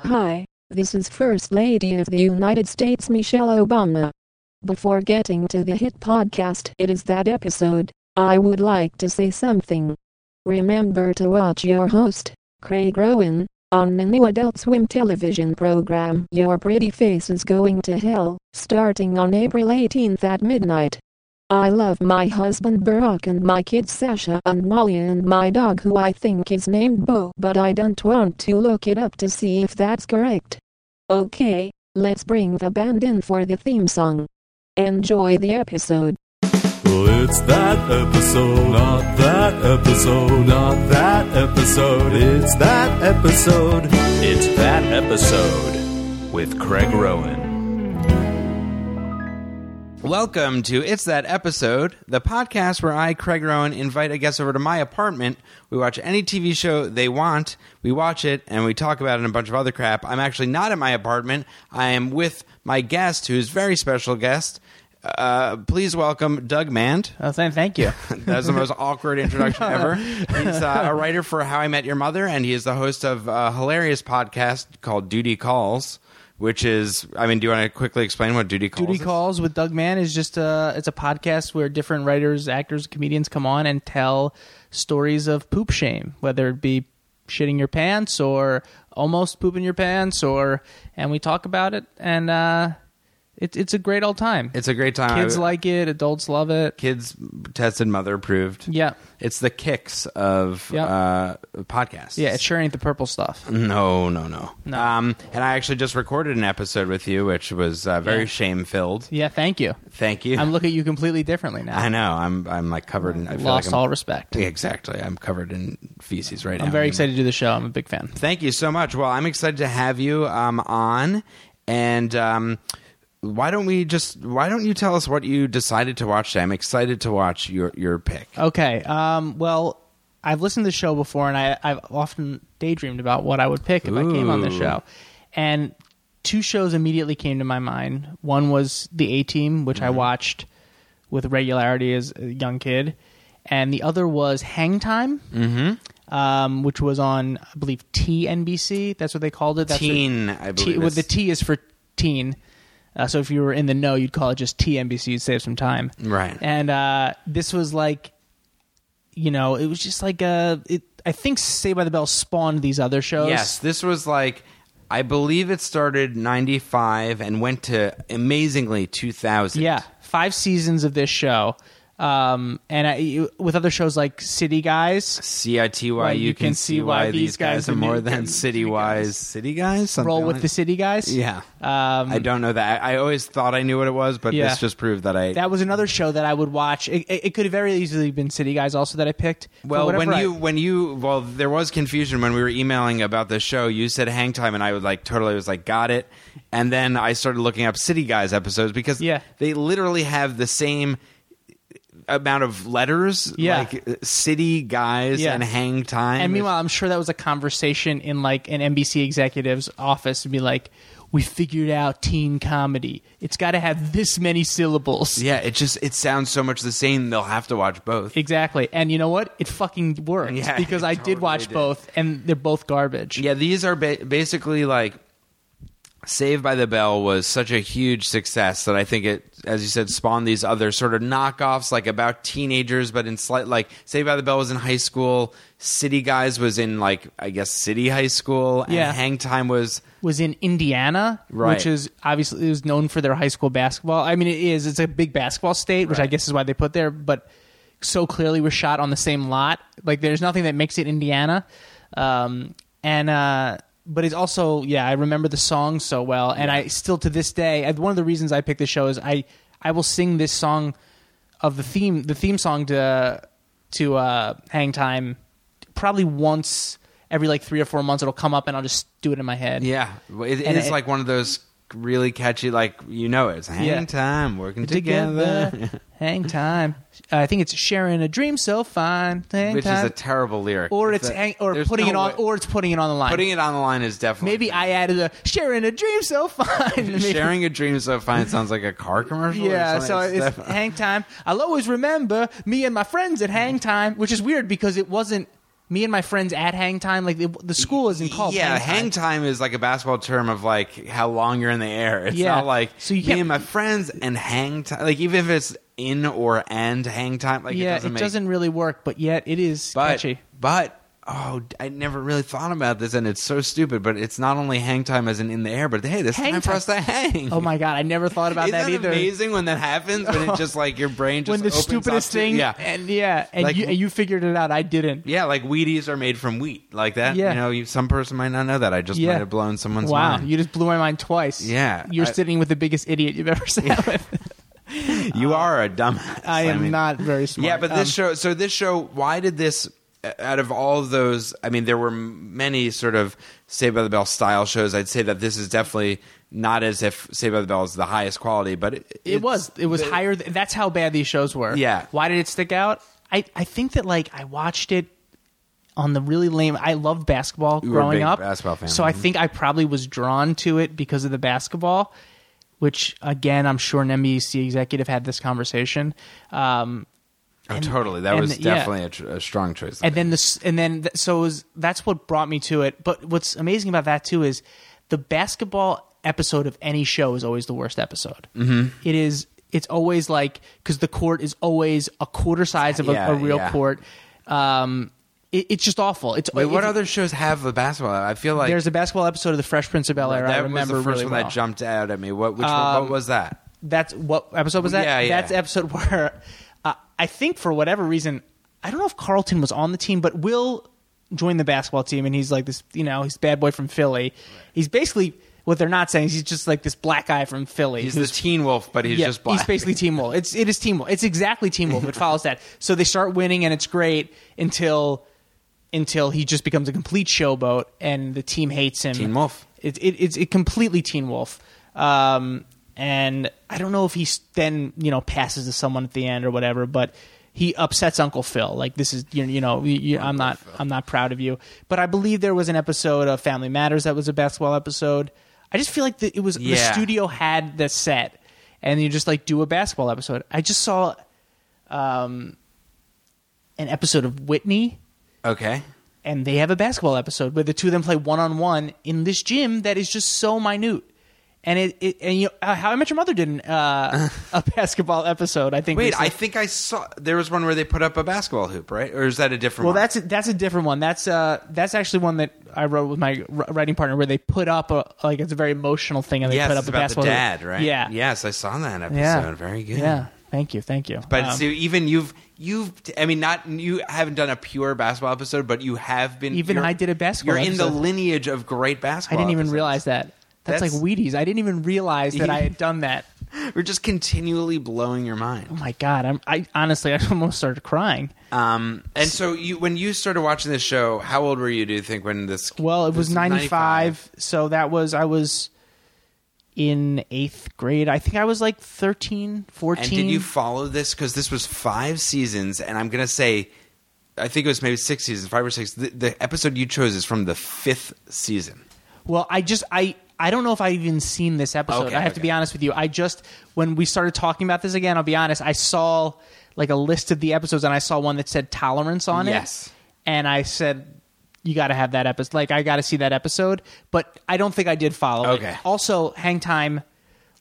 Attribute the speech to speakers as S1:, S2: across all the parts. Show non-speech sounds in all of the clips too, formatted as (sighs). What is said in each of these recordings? S1: Hi, this is First Lady of the United States Michelle Obama. Before getting to the hit podcast, it is that episode, I would like to say something. Remember to watch your host, Craig Rowan, on the new Adult Swim television program Your Pretty Face is Going to Hell, starting on April 18th at midnight. I love my husband Barack and my kids Sasha and Molly and my dog who I think is named Bo but I don't want to look it up to see if that's correct. Okay, let's bring the band in for the theme song. Enjoy the episode.
S2: Well, it's that episode, not that episode, not that episode. It's that episode.
S3: It's that episode with Craig Rowan.
S4: Welcome to It's That Episode, the podcast where I, Craig Rowan, invite a guest over to my apartment. We watch any TV show they want, we watch it, and we talk about it and a bunch of other crap. I'm actually not at my apartment. I am with my guest, who's a very special guest. Uh, please welcome Doug Mant.
S5: Oh, thank,
S4: (laughs)
S5: thank you.
S4: That's the
S5: (laughs)
S4: most awkward introduction ever. He's uh, a writer for How I Met Your Mother, and he is the host of a hilarious podcast called Duty Calls, which is, I mean, do you want to quickly explain what Duty Calls
S5: Duty
S4: is?
S5: Calls with Doug Mann is just a it's a podcast where different writers, actors, comedians come on and tell stories of poop shame, whether it be shitting your pants or almost pooping your pants, or and we talk about it, and uh, it's it's a great old time.
S4: It's a great time.
S5: kids
S4: I-
S5: like it, adults love it.
S4: kids tested, mother approved.
S5: Yeah.
S4: It's the kicks of
S5: Yep.
S4: uh, podcasts.
S5: Yeah, it sure ain't the purple stuff.
S4: Mm. No, no, no.
S5: No.
S4: Um, and I actually just recorded an episode with you, which was uh, very
S5: Yeah.
S4: shame filled.
S5: Yeah, thank you.
S4: Thank you.
S5: I'm looking at you completely differently
S4: (laughs)
S5: now.
S4: I know. I'm. I'm like covered in. I feel
S5: Lost
S4: like I'm-
S5: all respect.
S4: Yeah, exactly. I'm covered in feces right now.
S5: I'm very excited to do the show. I'm a big fan.
S4: Thank you so much. Well, I'm excited to have you um, on, and um, why don't we just? Why don't you tell us what you decided to watch? Today? I'm excited to watch your your pick.
S5: Okay. Um, well, I've listened to the show before, and I, I've often daydreamed about what I would pick if I came on the
S4: Ooh.
S5: show. And two shows immediately came to my mind. One was The A Team, which I
S4: Mm-hmm.
S5: watched with regularity as a young kid, and the other was Hang Time, mm-hmm. um, which was on, I believe, TNBC. That's what they called it. That's what-
S4: Teen, I
S5: T-
S4: believe
S5: well,
S4: is-
S5: the T is for teen. Uh, so if you were in the know, you'd call it just TNBC. You'd save some time,
S4: Right.
S5: And uh, this was like, you know, it was just like a. It, I think Saved by the Bell spawned these other shows.
S4: Yes, this was like I believe it started 95 and went to amazingly 2000.
S5: Yeah, five seasons of this show, um, and I, you- with other shows like City Guys,
S4: C I T Y.
S5: Well,
S4: You can see why these guys are more than city wise. City guys. Something
S5: Roll with
S4: like-
S5: the City Guys.
S4: Yeah.
S5: Um,
S4: I don't know that. I, I always thought I knew what it was, but
S5: Yeah.
S4: this just proved that I.
S5: that was another show that I would watch. It, it, it could have very easily been City Guys, also that I picked. For
S4: well,
S5: whatever
S4: when
S5: I-
S4: you when you well, there was confusion when we were emailing about the show. You said hang time, and I was like totally was like got it, and then I started looking up City Guys episodes because
S5: Yeah.
S4: they literally have the same amount of letters,
S5: Yeah.
S4: like uh, City Guys
S5: Yeah.
S4: and Hang Time.
S5: And meanwhile, I'm sure that was a conversation in like an NBC executive's office to be like, "We figured out teen comedy. It's got to have this many syllables."
S4: yeah, it just it sounds so much the same. They'll have to watch both.
S5: Exactly. And you know what? It fucking worked
S4: Yeah, (laughs)
S5: because
S4: it
S5: I
S4: totally
S5: did watch
S4: did.
S5: both, and they're both garbage.
S4: Yeah, these are ba- basically like Saved by the Bell was such a huge success that I think it, as you said, spawned these other sort of knockoffs, like about teenagers, but in slight like Saved by the Bell was in high school, City Guys was in like I guess City High School, and
S5: Yeah.
S4: Hang Time was
S5: Was in Indiana,
S4: Right.
S5: which is obviously it was known for their high school basketball. I mean, it is. It's a big basketball state, which I
S4: Right.
S5: guess is why they put there. But so clearly was shot on the same lot. Like, there's nothing that makes it Indiana. Um, and uh, but it's also yeah, I remember the song so well, and I still to this day. and One of the reasons I picked this show is I I will sing this song of the theme the theme song to to uh, Hang Time probably once every like three or four months. It'll come up, and I'll just do it in my head.
S4: yeah, it, it
S5: And
S4: is
S5: it-
S4: like one of those really catchy like you know it. it's Hang
S5: Yeah.
S4: Time working together.
S5: together. (laughs) hang time. I think it's sharing a dream so fine. Hang
S4: Which is
S5: time.
S4: a terrible lyric,
S5: or
S4: Is
S5: it's
S4: that-
S5: hang, or
S4: there's
S5: putting
S4: no
S5: it on
S4: way-
S5: or it's putting it on the line.
S4: putting it on the line is definitely
S5: Maybe I added a sharing a dream so (laughs) fine.
S4: (laughs)
S5: Maybe-
S4: Sharing a dream so fine sounds like a car commercial. or
S5: (laughs) Yeah, so
S4: something.
S5: it's
S4: def-
S5: hang time. I'll always remember me and my friends at hang time, which is weird because it wasn't me and my friends at hang time. Like the, the school isn't called
S4: yeah,
S5: hang time.
S4: hang time is like a basketball term of like how long you're in the air. It's
S5: Yeah.
S4: not like
S5: So you
S4: me
S5: can't-
S4: and my friends and hang time. Like even if it's in or and hang time, like
S5: yeah,
S4: it doesn't. make,
S5: really work, but yet it is
S4: but,
S5: catchy.
S4: But oh, d- I never really thought about this, and it's so stupid. But it's not only hang time as in in the air, but hey, this
S5: Hang
S4: time, for
S5: time.
S4: us to hang.
S5: Oh my god, I never thought
S4: (laughs)
S5: about
S4: Isn't
S5: that,
S4: that,
S5: either.
S4: amazing when that happens? When
S5: (laughs)
S4: it just like your brain just
S5: When the
S4: opens up
S5: stupidest
S4: to-
S5: thing,
S4: yeah,
S5: and yeah, and
S4: Like-
S5: you and you figured it out. I didn't.
S4: Yeah, like Wheaties are made from wheat, like that.
S5: Yeah.
S4: You know, you, some person might not know that. I just
S5: Yeah.
S4: might have blown someone's
S5: wow,
S4: mind.
S5: you just blew my mind twice.
S4: Yeah,
S5: you're
S4: I-
S5: sitting with the biggest idiot you've ever sat with.
S4: You are a dumbass.
S5: I am
S4: mean-
S5: not very smart.
S4: Yeah, but
S5: Um,
S4: this show. So this show. Why did this? uh, Out of all of those, I mean, there were m- many sort of Saved by the Bell style shows. I'd say that this is definitely not as if Saved by the Bell is the highest quality, but it,
S5: it
S4: it's-
S5: was it was
S4: the-
S5: higher. Th- that's how bad these shows were.
S4: Yeah.
S5: Why did it stick out? I I think that like I watched it on the really lame. I loved basketball
S4: You were a
S5: growing
S4: big
S5: up.
S4: basketball fan. mm-hmm.
S5: So I think I probably was drawn to it because of the basketball. Which again, I'm sure an NBC executive had this conversation. Um,
S4: Oh, totally. That
S5: and
S4: was
S5: the- yeah.
S4: definitely a, tr- a strong choice.
S5: and then this and then th- so it was, that's what brought me to it but what's amazing about that too is the basketball episode of any show is always the worst episode mm-hmm. is it's always like because the court is always a quarter size of a,
S4: Yeah,
S5: a real
S4: yeah.
S5: court um it, it's just awful it's
S4: Wait, what
S5: it's-
S4: other shows have a basketball? I feel like
S5: there's a basketball episode of the fresh prince of bel air
S4: that
S5: i remember
S4: was the first
S5: really
S4: one
S5: well.
S4: that jumped out at me. What? Which one,
S5: Um,
S4: what was that?
S5: that's what episode was that?
S4: Yeah, yeah.
S5: That's episode (laughs) where uh, I think for whatever reason, I don't know if Carlton was on the team, but Will joined the basketball team, and he's like this, you know, he's bad boy from Philly. He's basically what they're not saying is he's just like this black guy from Philly.
S4: He's
S5: who's
S4: the Teen Wolf, but he's
S5: yeah,
S4: just black.
S5: He's basically Team Wolf. It's it is Team Wolf. It's exactly Team Wolf. It follows
S4: (laughs)
S5: that. So they start winning and it's great until until he just becomes a complete showboat and the team hates him.
S4: Teen Wolf.
S5: It, it, it's it completely Teen Wolf. Um, and I don't know if he s- then you know passes to someone at the end or whatever, but he upsets Uncle Phil. Like this is you, you know you, you, I'm not I'm not proud of you. But I believe there was an episode of Family Matters that was a basketball episode. I just feel like the, it was the
S4: Yeah.
S5: studio studio had the set and you just like do a basketball episode. I just saw um, an episode of Whitney
S4: okay.
S5: and they have a basketball episode where the two of them play one on one in this gym that is just so minute. And it, it and you uh, How I Met Your Mother did
S4: (laughs)
S5: an, uh, a basketball episode. I think.
S4: Wait,
S5: recently.
S4: I think I saw there was one where they put up a basketball hoop, right? Or is that a different
S5: Well,
S4: one?
S5: that's a, that's a different one. That's uh that's actually one that I wrote with my r- writing partner where they put up a like it's a very emotional thing and they
S4: yes,
S5: put up
S4: it's
S5: a
S4: about
S5: basketball
S4: the
S5: hoop.
S4: dad, right?
S5: Yeah,
S4: Yes, I saw that episode.
S5: yeah.
S4: Very good.
S5: Yeah, thank you, thank you.
S4: But
S5: Um,
S4: so even you've you've I mean not you haven't done a pure basketball episode, but you have been
S5: Even
S4: you're-
S5: I did a basketball
S4: You're in the
S5: episode.
S4: lineage of great
S5: I
S4: basketball.
S5: didn't even
S4: episodes.
S5: realize that. That's,
S4: That's-
S5: like Wheaties. I didn't even
S4: (laughs)
S5: realize that I had done that.
S4: We're just continually blowing your
S5: Oh
S4: mind.
S5: my god! I'm, I honestly, I almost started crying.
S4: Um, and so you when you started watching this show, how old were you? Do you think when this?
S5: Well, it was
S4: this-
S5: ninety five, so that was I was in eighth grade. I think I was like 13, 14.
S4: And did you follow this? Because this was five seasons, and I'm gonna say, I think it was maybe six seasons, five or six. The, the episode you chose is from the fifth season.
S5: Well, I just I I don't know if I've even seen this episode.
S4: Okay,
S5: I have to
S4: okay.
S5: be honest with you. I just when we started talking about this again, I'll be honest. I saw like a list of the episodes, and I saw one that said tolerance on
S4: Yes.
S5: it. and I said. You got to have that episode. Like, I got to see that episode, but I don't think I did follow it.
S4: Okay.
S5: Also, Hang Time,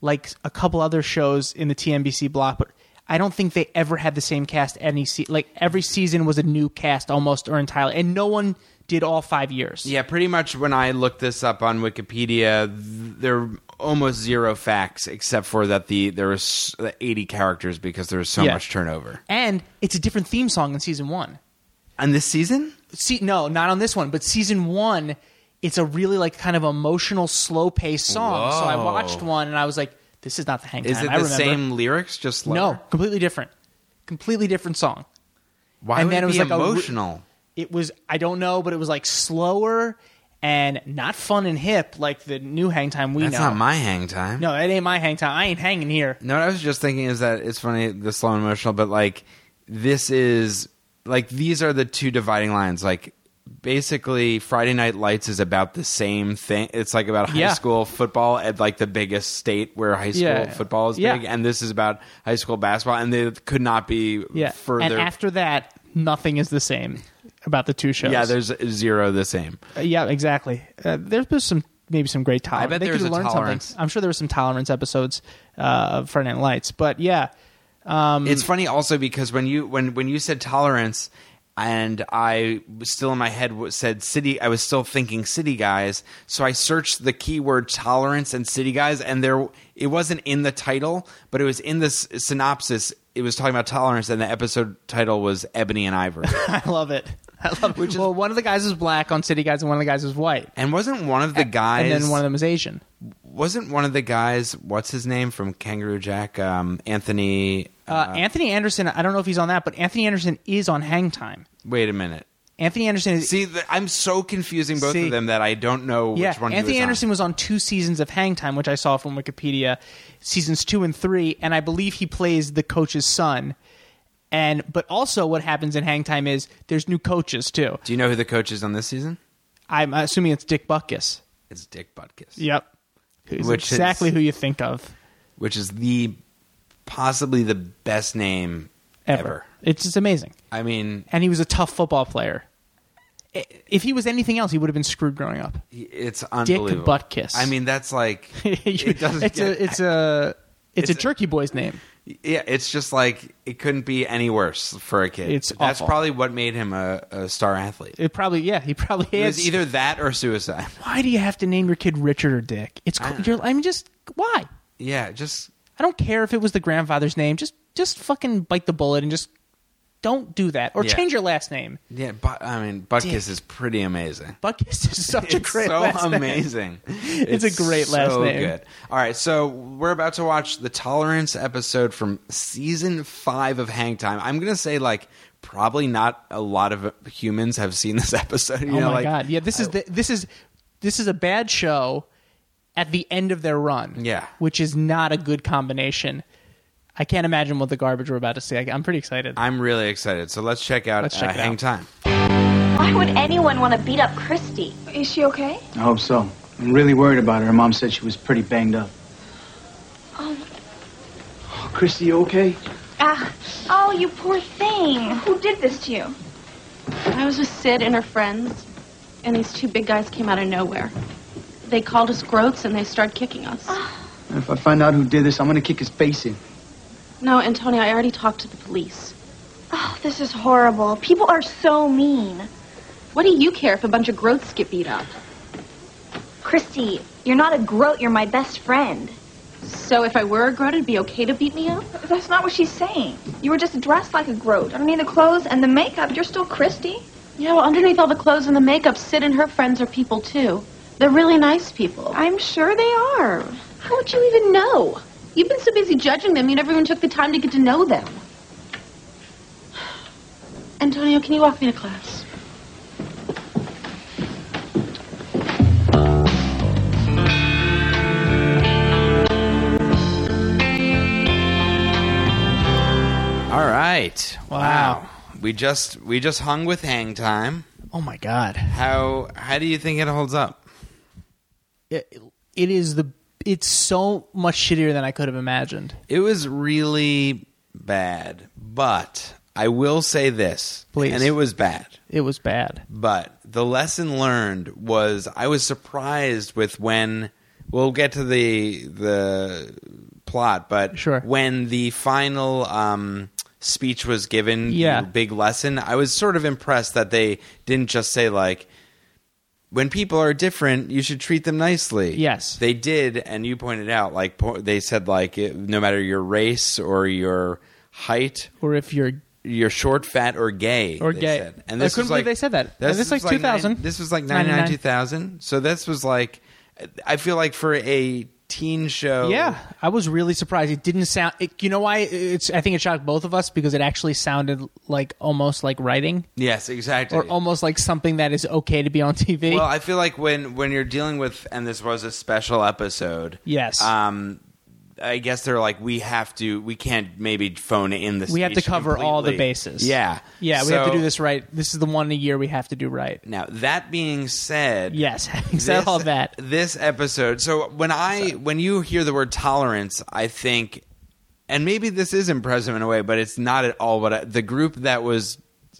S5: like a couple other shows in the TNBC block, but I don't think they ever had the same cast. Any se- like every season was a new cast almost or entirely, and no one did all five years.
S4: Yeah, pretty much when I looked this up on Wikipedia, th- there are almost zero facts except for that the there was 80 characters because there was so
S5: Yeah.
S4: much turnover.
S5: and it's a different theme song in season one.
S4: And this season?
S5: See, no, not on this one, but season one, it's a really like kind of emotional, slow paced song. So I
S4: Whoa.
S5: watched one and I was like, "This is not the hang time."
S4: Is it the
S5: I remember.
S4: same lyrics just slower?
S5: No, completely different, completely different song.
S4: Why
S5: and
S4: would
S5: then
S4: it
S5: it was
S4: be
S5: like a re-
S4: emotional?
S5: It was I don't know, but it was like slower and not fun and hip like the new hang time we
S4: That's
S5: know.
S4: not my hang time.
S5: no, it ain't my hang time. I ain't hanging here.
S4: No, what I was just thinking is that it's funny the slow and emotional, but like this is like these are the two dividing lines. Like basically, Friday Night Lights is about the same thing. It's like about high
S5: Yeah.
S4: school football at like the biggest state where high school
S5: Yeah.
S4: football is
S5: Yeah.
S4: big, and this is about high school basketball, and they could not be
S5: Yeah.
S4: further.
S5: And after that, nothing is the same. about the two shows.
S4: Yeah, there's zero the same.
S5: Uh, yeah, exactly. Uh, there's been some maybe some great tolerance.
S4: bet
S5: they
S4: there
S5: could
S4: was a
S5: learn
S4: tolerance.
S5: Something. I'm sure there were some tolerance episodes uh, of Friday Night Lights, but yeah,
S4: It's funny also because when you when when you said tolerance and I was still in my head w- said city I was still thinking city guys so I searched the keyword tolerance and city guys and there it wasn't in the title but it was in the s- synopsis it was talking about tolerance and the episode title was Ebony and
S5: (laughs)
S4: Ivory.
S5: (laughs) I love it. I love it. well, one of the guys is black on City Guys, and one of the guys is white,
S4: and wasn't one of the guys
S5: and then one of them is Asian.
S4: wasn't one of the guys what's his name from Kangaroo Jack um, Anthony
S5: Uh, Anthony Anderson, I don't know if he's on that, but Anthony Anderson is on Hang Time.
S4: wait a minute
S5: Anthony Anderson is
S4: See, th- I'm so confusing both
S5: See.
S4: of them that I don't know which
S5: yeah.
S4: one. he
S5: Anthony
S4: was on.
S5: Anderson was on two seasons of Hang Time, which I saw from Wikipedia, seasons two and three, and I believe he plays the coach's son. And but also, what happens in Hang Time is there's new coaches too.
S4: Do you know who the coach is on this season?
S5: I'm assuming it's Dick Buckus.
S4: It's Dick Butkus,
S5: Yep, who's
S4: Which is-
S5: exactly who you think of
S4: which is the possibly the best name
S5: ever.
S4: ever.
S5: It's just amazing.
S4: I mean,
S5: And he was a tough football player. I- If he was anything else, he would have been screwed growing up.
S4: he- it's unbelievable.
S5: Butkus.
S4: I mean, that's
S5: (laughs)
S4: like
S5: You-
S4: it doesn't.
S5: it's
S4: get-
S5: a it's a
S4: It's
S5: it's, a
S4: a-
S5: jerky boy's name.
S4: yeah, it's just like it couldn't be any worse for a kid.
S5: It's
S4: that's
S5: awful.
S4: probably what made him a, a star athlete.
S5: It probably yeah. He probably
S4: It
S5: is
S4: was either that or suicide. (laughs)
S5: why do you have to name your kid Richard or Dick? It's I, you're, I mean, just why?
S4: Yeah, just
S5: I don't care if it was the grandfather's name. Just just fucking bite the bullet and just don't do that or
S4: Yeah.
S5: change your last name.
S4: yeah. But I mean, Butkus
S5: Dick.
S4: is pretty amazing. (laughs)
S5: Buckus is such a
S4: It's
S5: great
S4: so
S5: last name.
S4: amazing.
S5: It's a great last
S4: so
S5: name.
S4: Good. All right, so we're about to watch the Tolerance episode from season five of Hang Time. I'm gonna say like probably not a lot of humans have seen this (laughs) episode. You
S5: (laughs) oh
S4: know,
S5: my
S4: like,
S5: god! Yeah, this is the, this is this is a bad show at the end of their run.
S4: Yeah.
S5: which is not a good combination. I can't imagine what the garbage we're about to see. I, I'm pretty excited.
S4: I'm really excited. So let's check out
S5: Let's check
S4: uh,
S5: it
S4: Hang
S5: out.
S4: Time.
S6: Why would anyone want to beat up Christy?
S7: Is she okay?
S8: I hope so. I'm really worried about her. Her mom said she was pretty banged up. Oh, Christy, you okay?
S7: Ah, oh, you poor thing. Who did this to you?
S9: I was with Sid and her friends, and these two big guys came out of nowhere. They called us groats and they started kicking us.
S8: If I find out who did this, I'm gonna kick his face in.
S9: No, Antonio, I already talked to the police.
S7: Oh, this is horrible. People are so mean.
S9: What do you care if a bunch of groats get beat up?
S7: Christy, you're not a groat. You're my best friend.
S9: So if I were a groat, it'd be okay to beat me up?
S7: That's not what she's saying. You were just dressed like a groat. Underneath the clothes and the makeup, you're still Christy.
S9: Yeah, well, underneath all the clothes and the makeup, Sid and her friends are people too. They're really nice people.
S7: I'm sure they are.
S9: How would you even know? You've been so busy judging them, you never even took the time to get to know them. (sighs) Antonio, can you walk me to class?
S4: All right.
S5: Wow.
S4: We just we just hung with Hang Time.
S5: oh my god!
S4: How how do you think it holds up?
S5: It, it is the it's so much shittier than I could have imagined.
S4: It was really bad, but I will say this,
S5: Please.
S4: and it was bad.
S5: It was bad.
S4: But the lesson learned was I was surprised with when we'll get to the the plot, but
S5: Sure.
S4: when the final um, speech was given, the
S5: Yeah.
S4: big lesson. I was sort of impressed that they didn't just say like. When people are different, you should treat them nicely.
S5: Yes.
S4: they did, and you pointed out like po- they said like it, no matter your race or your height
S5: Or if you're
S4: you're short, fat, or gay.
S5: Or
S4: they
S5: gay.
S4: said.
S5: I couldn't believe they said that. This is
S4: was
S5: like 2000.
S4: nine- this was like 99,
S5: 99.
S4: 2000. So this was like, I feel like for a teen show.
S5: Yeah, I was really surprised. It didn't sound. It, you know why? It's. I think it shocked both of us because it actually sounded like almost like writing
S4: Yes, exactly.
S5: or almost like something that is okay to be on TV.
S4: Well, I feel like when when you're dealing with, and this was a special episode.
S5: Yes.
S4: Um, I guess they're like we have to, we can't maybe phone in this.
S5: we have to cover all the bases.
S4: Yeah,
S5: yeah. We have to
S4: So-
S5: do this right. This is the one a year we have to do right.
S4: Now that being said,
S5: Yes, (laughs) having said
S4: this-
S5: all that.
S4: This episode. So when I when you hear the word tolerance, I think, and maybe this is impressive in a way, but it's not at all. But the group that was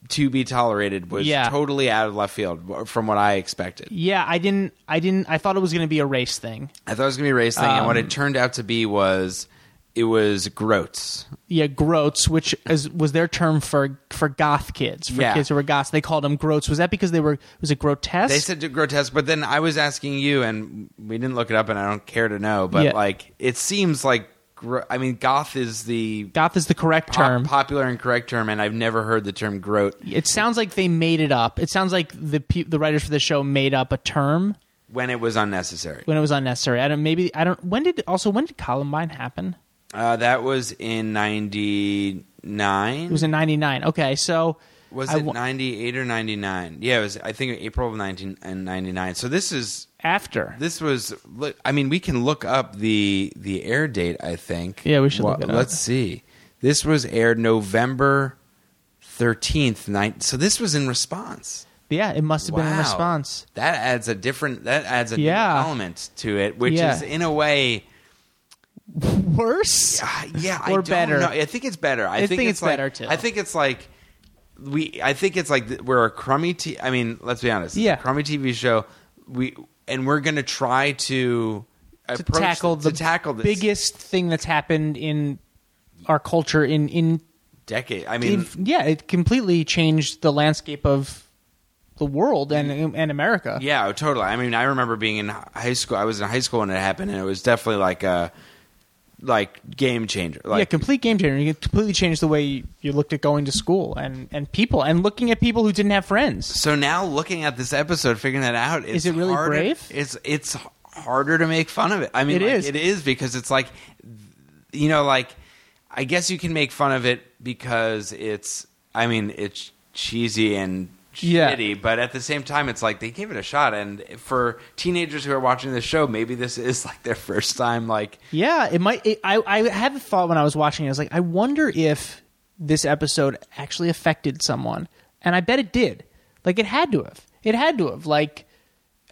S4: to be tolerated was
S5: Yeah.
S4: totally out of left field from what I expected.
S5: Yeah, I didn't. I didn't. I thought it was going to be a race thing.
S4: I thought it was gonna be a race thing, and what
S5: Um.
S4: it turned out to be was it was Groats.
S5: Yeah, groats, which is, was their term for for goth kids, for
S4: Yeah.
S5: kids who were goths. They called them groats. Was that because they were? Was it grotesque?
S4: They said grotesque, but then I was asking you, and we didn't look it up, and I don't care to know. But
S5: Yeah.
S4: like, it seems like gro- I mean, goth is the
S5: goth is the correct
S4: pop-
S5: term.
S4: popular and correct term, and I've never heard the term groat.
S5: It sounds like they made it up. It sounds like the pe- the writers for the show made up a term
S4: when it was unnecessary.
S5: when it was unnecessary. I don't. Maybe I don't. When did also when did Columbine happen?
S4: Uh, that was in '99.
S5: It was in '99. Okay, so I
S4: it
S5: wa-
S4: '98 or '99? Yeah, it was. I think April of 1999. So this is
S5: after?
S4: this was. look, I mean, we can look up the the air date. I think.
S5: Yeah, we should
S4: Wha-
S5: look it up.
S4: Let's see. This was aired November thirteenth night. So this was in response.
S5: yeah, it must have been in
S4: Wow.
S5: response.
S4: That adds a different. That adds a new
S5: Yeah.
S4: element to it, which
S5: Yeah.
S4: is in a way.
S5: Worse.
S4: Ah, yeah, I
S5: Or
S4: don't
S5: better.
S4: know. I think it's better. I,
S5: I
S4: think,
S5: think
S4: it's,
S5: it's
S4: like-
S5: better, too.
S4: I think it's like we. I think it's like th- we're a crummy. T- I mean, let's be honest. It's a
S5: Yeah.
S4: crummy TV show. We and we're gonna try to
S5: to
S4: approach,
S5: tackle the
S4: to tackle this
S5: biggest thing that's happened in our culture in in
S4: decade. I mean,
S5: in- yeah it completely changed the landscape of the world and and America
S4: yeah, totally. I mean, I remember being in hi- high school. I was in high school when it happened, and it was definitely like a like game changer. Like
S5: yeah complete game changer it completely changed the way you, you looked at going to school and and people and looking at people who didn't have friends
S4: So now looking at this episode, figuring that out, it's
S5: Is it really
S4: harder,
S5: brave?
S4: It's it's harder to make fun of it. I mean,
S5: It
S4: like,
S5: is.
S4: It is because it's like, you know, like I guess you can make fun of it because it's. I mean, it's cheesy and
S5: Yeah.
S4: shitty, but at the same time, it's like they gave it a shot. And for teenagers who are watching this show, maybe this is like their first time. Like,
S5: yeah it might it, I I had the thought when I was watching it I was like I wonder if this episode actually affected someone and I bet it did like it had to have it had to have like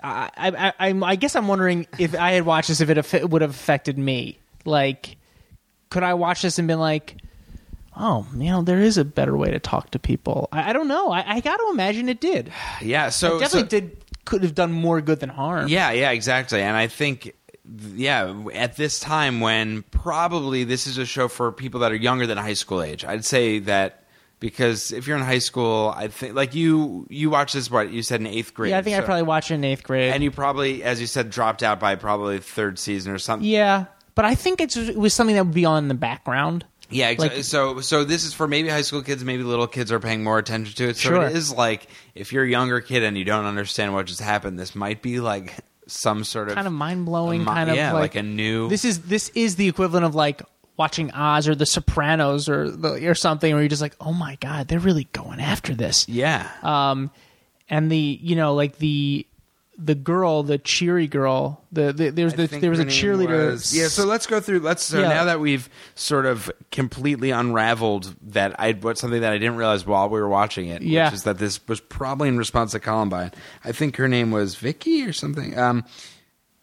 S5: I, I, I, I'm- I guess I'm wondering if I had watched this, if it affe- would have affected me. Like, could I watch this and been like, oh, you know, there is a better way to talk to people? I, I don't know. I, I got to imagine it did.
S4: yeah. So
S5: it definitely
S4: so-
S5: did. Could have done more good than harm.
S4: Yeah, yeah, exactly. And I think, yeah, at this time when probably this is a show for people that are younger than high school age, I'd say that because if you're in high school, I think like you you watch this what you said in eighth grade.
S5: yeah. I think I
S4: so-
S5: probably watched it in eighth grade.
S4: and you probably, as you said, dropped out by probably third season or something.
S5: yeah, but I think it's, it was something that would be on in the background.
S4: Yeah, exactly.
S5: Like-
S4: so so this is for maybe high school kids, maybe little kids are paying more attention to it. So
S5: Sure.
S4: it is like if you're a younger kid and you don't understand what just happened, this might be like (laughs) some sort of
S5: kind of mind blowing,
S4: a mi-
S5: kind of
S4: yeah,
S5: like,
S4: like a new-
S5: This is this is the equivalent of like watching Oz or The Sopranos or the, or something, where you're just like, oh my god, they're really going after this.
S4: yeah.
S5: Um, and the you know like the the girl, the cheery girl, the, the there's
S4: I
S5: the,
S4: think
S5: there was a
S4: her name
S5: cheerleader.
S4: was- yeah, so let's go through. Let's so
S5: Yeah.
S4: now that we've sort of completely unraveled that I what something that I didn't realize while we were watching it,
S5: Yeah.
S4: which is that this was probably in response to Columbine. I think her name was Vicky or something. Um,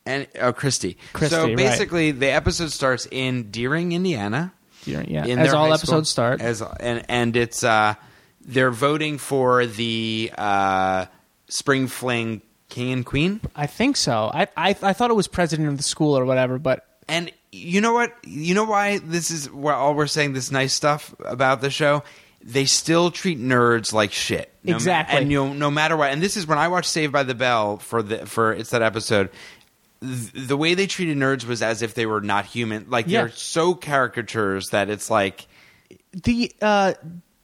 S4: and oh, Christy.
S5: Christy,
S4: so
S5: right.
S4: basically, the episode starts in Deering, Indiana.
S5: Deering, yeah,
S4: In
S5: as
S4: their
S5: all
S4: high school-
S5: episodes start.
S4: As and and it's uh, they're voting for the uh, spring fling king and queen.
S5: I think so. I, I I thought it was president of the school or whatever, but
S4: And you know what? You know why this is why all we're saying this nice stuff about the show? They still treat nerds like shit. No ma-
S5: Exactly.
S4: and no, no matter what. And this is when I watched Saved by the Bell for the for it's that episode. th- The way they treated nerds was as if they were not human. Like
S5: Yeah.
S4: they're so caricatures that it's like
S5: the uh,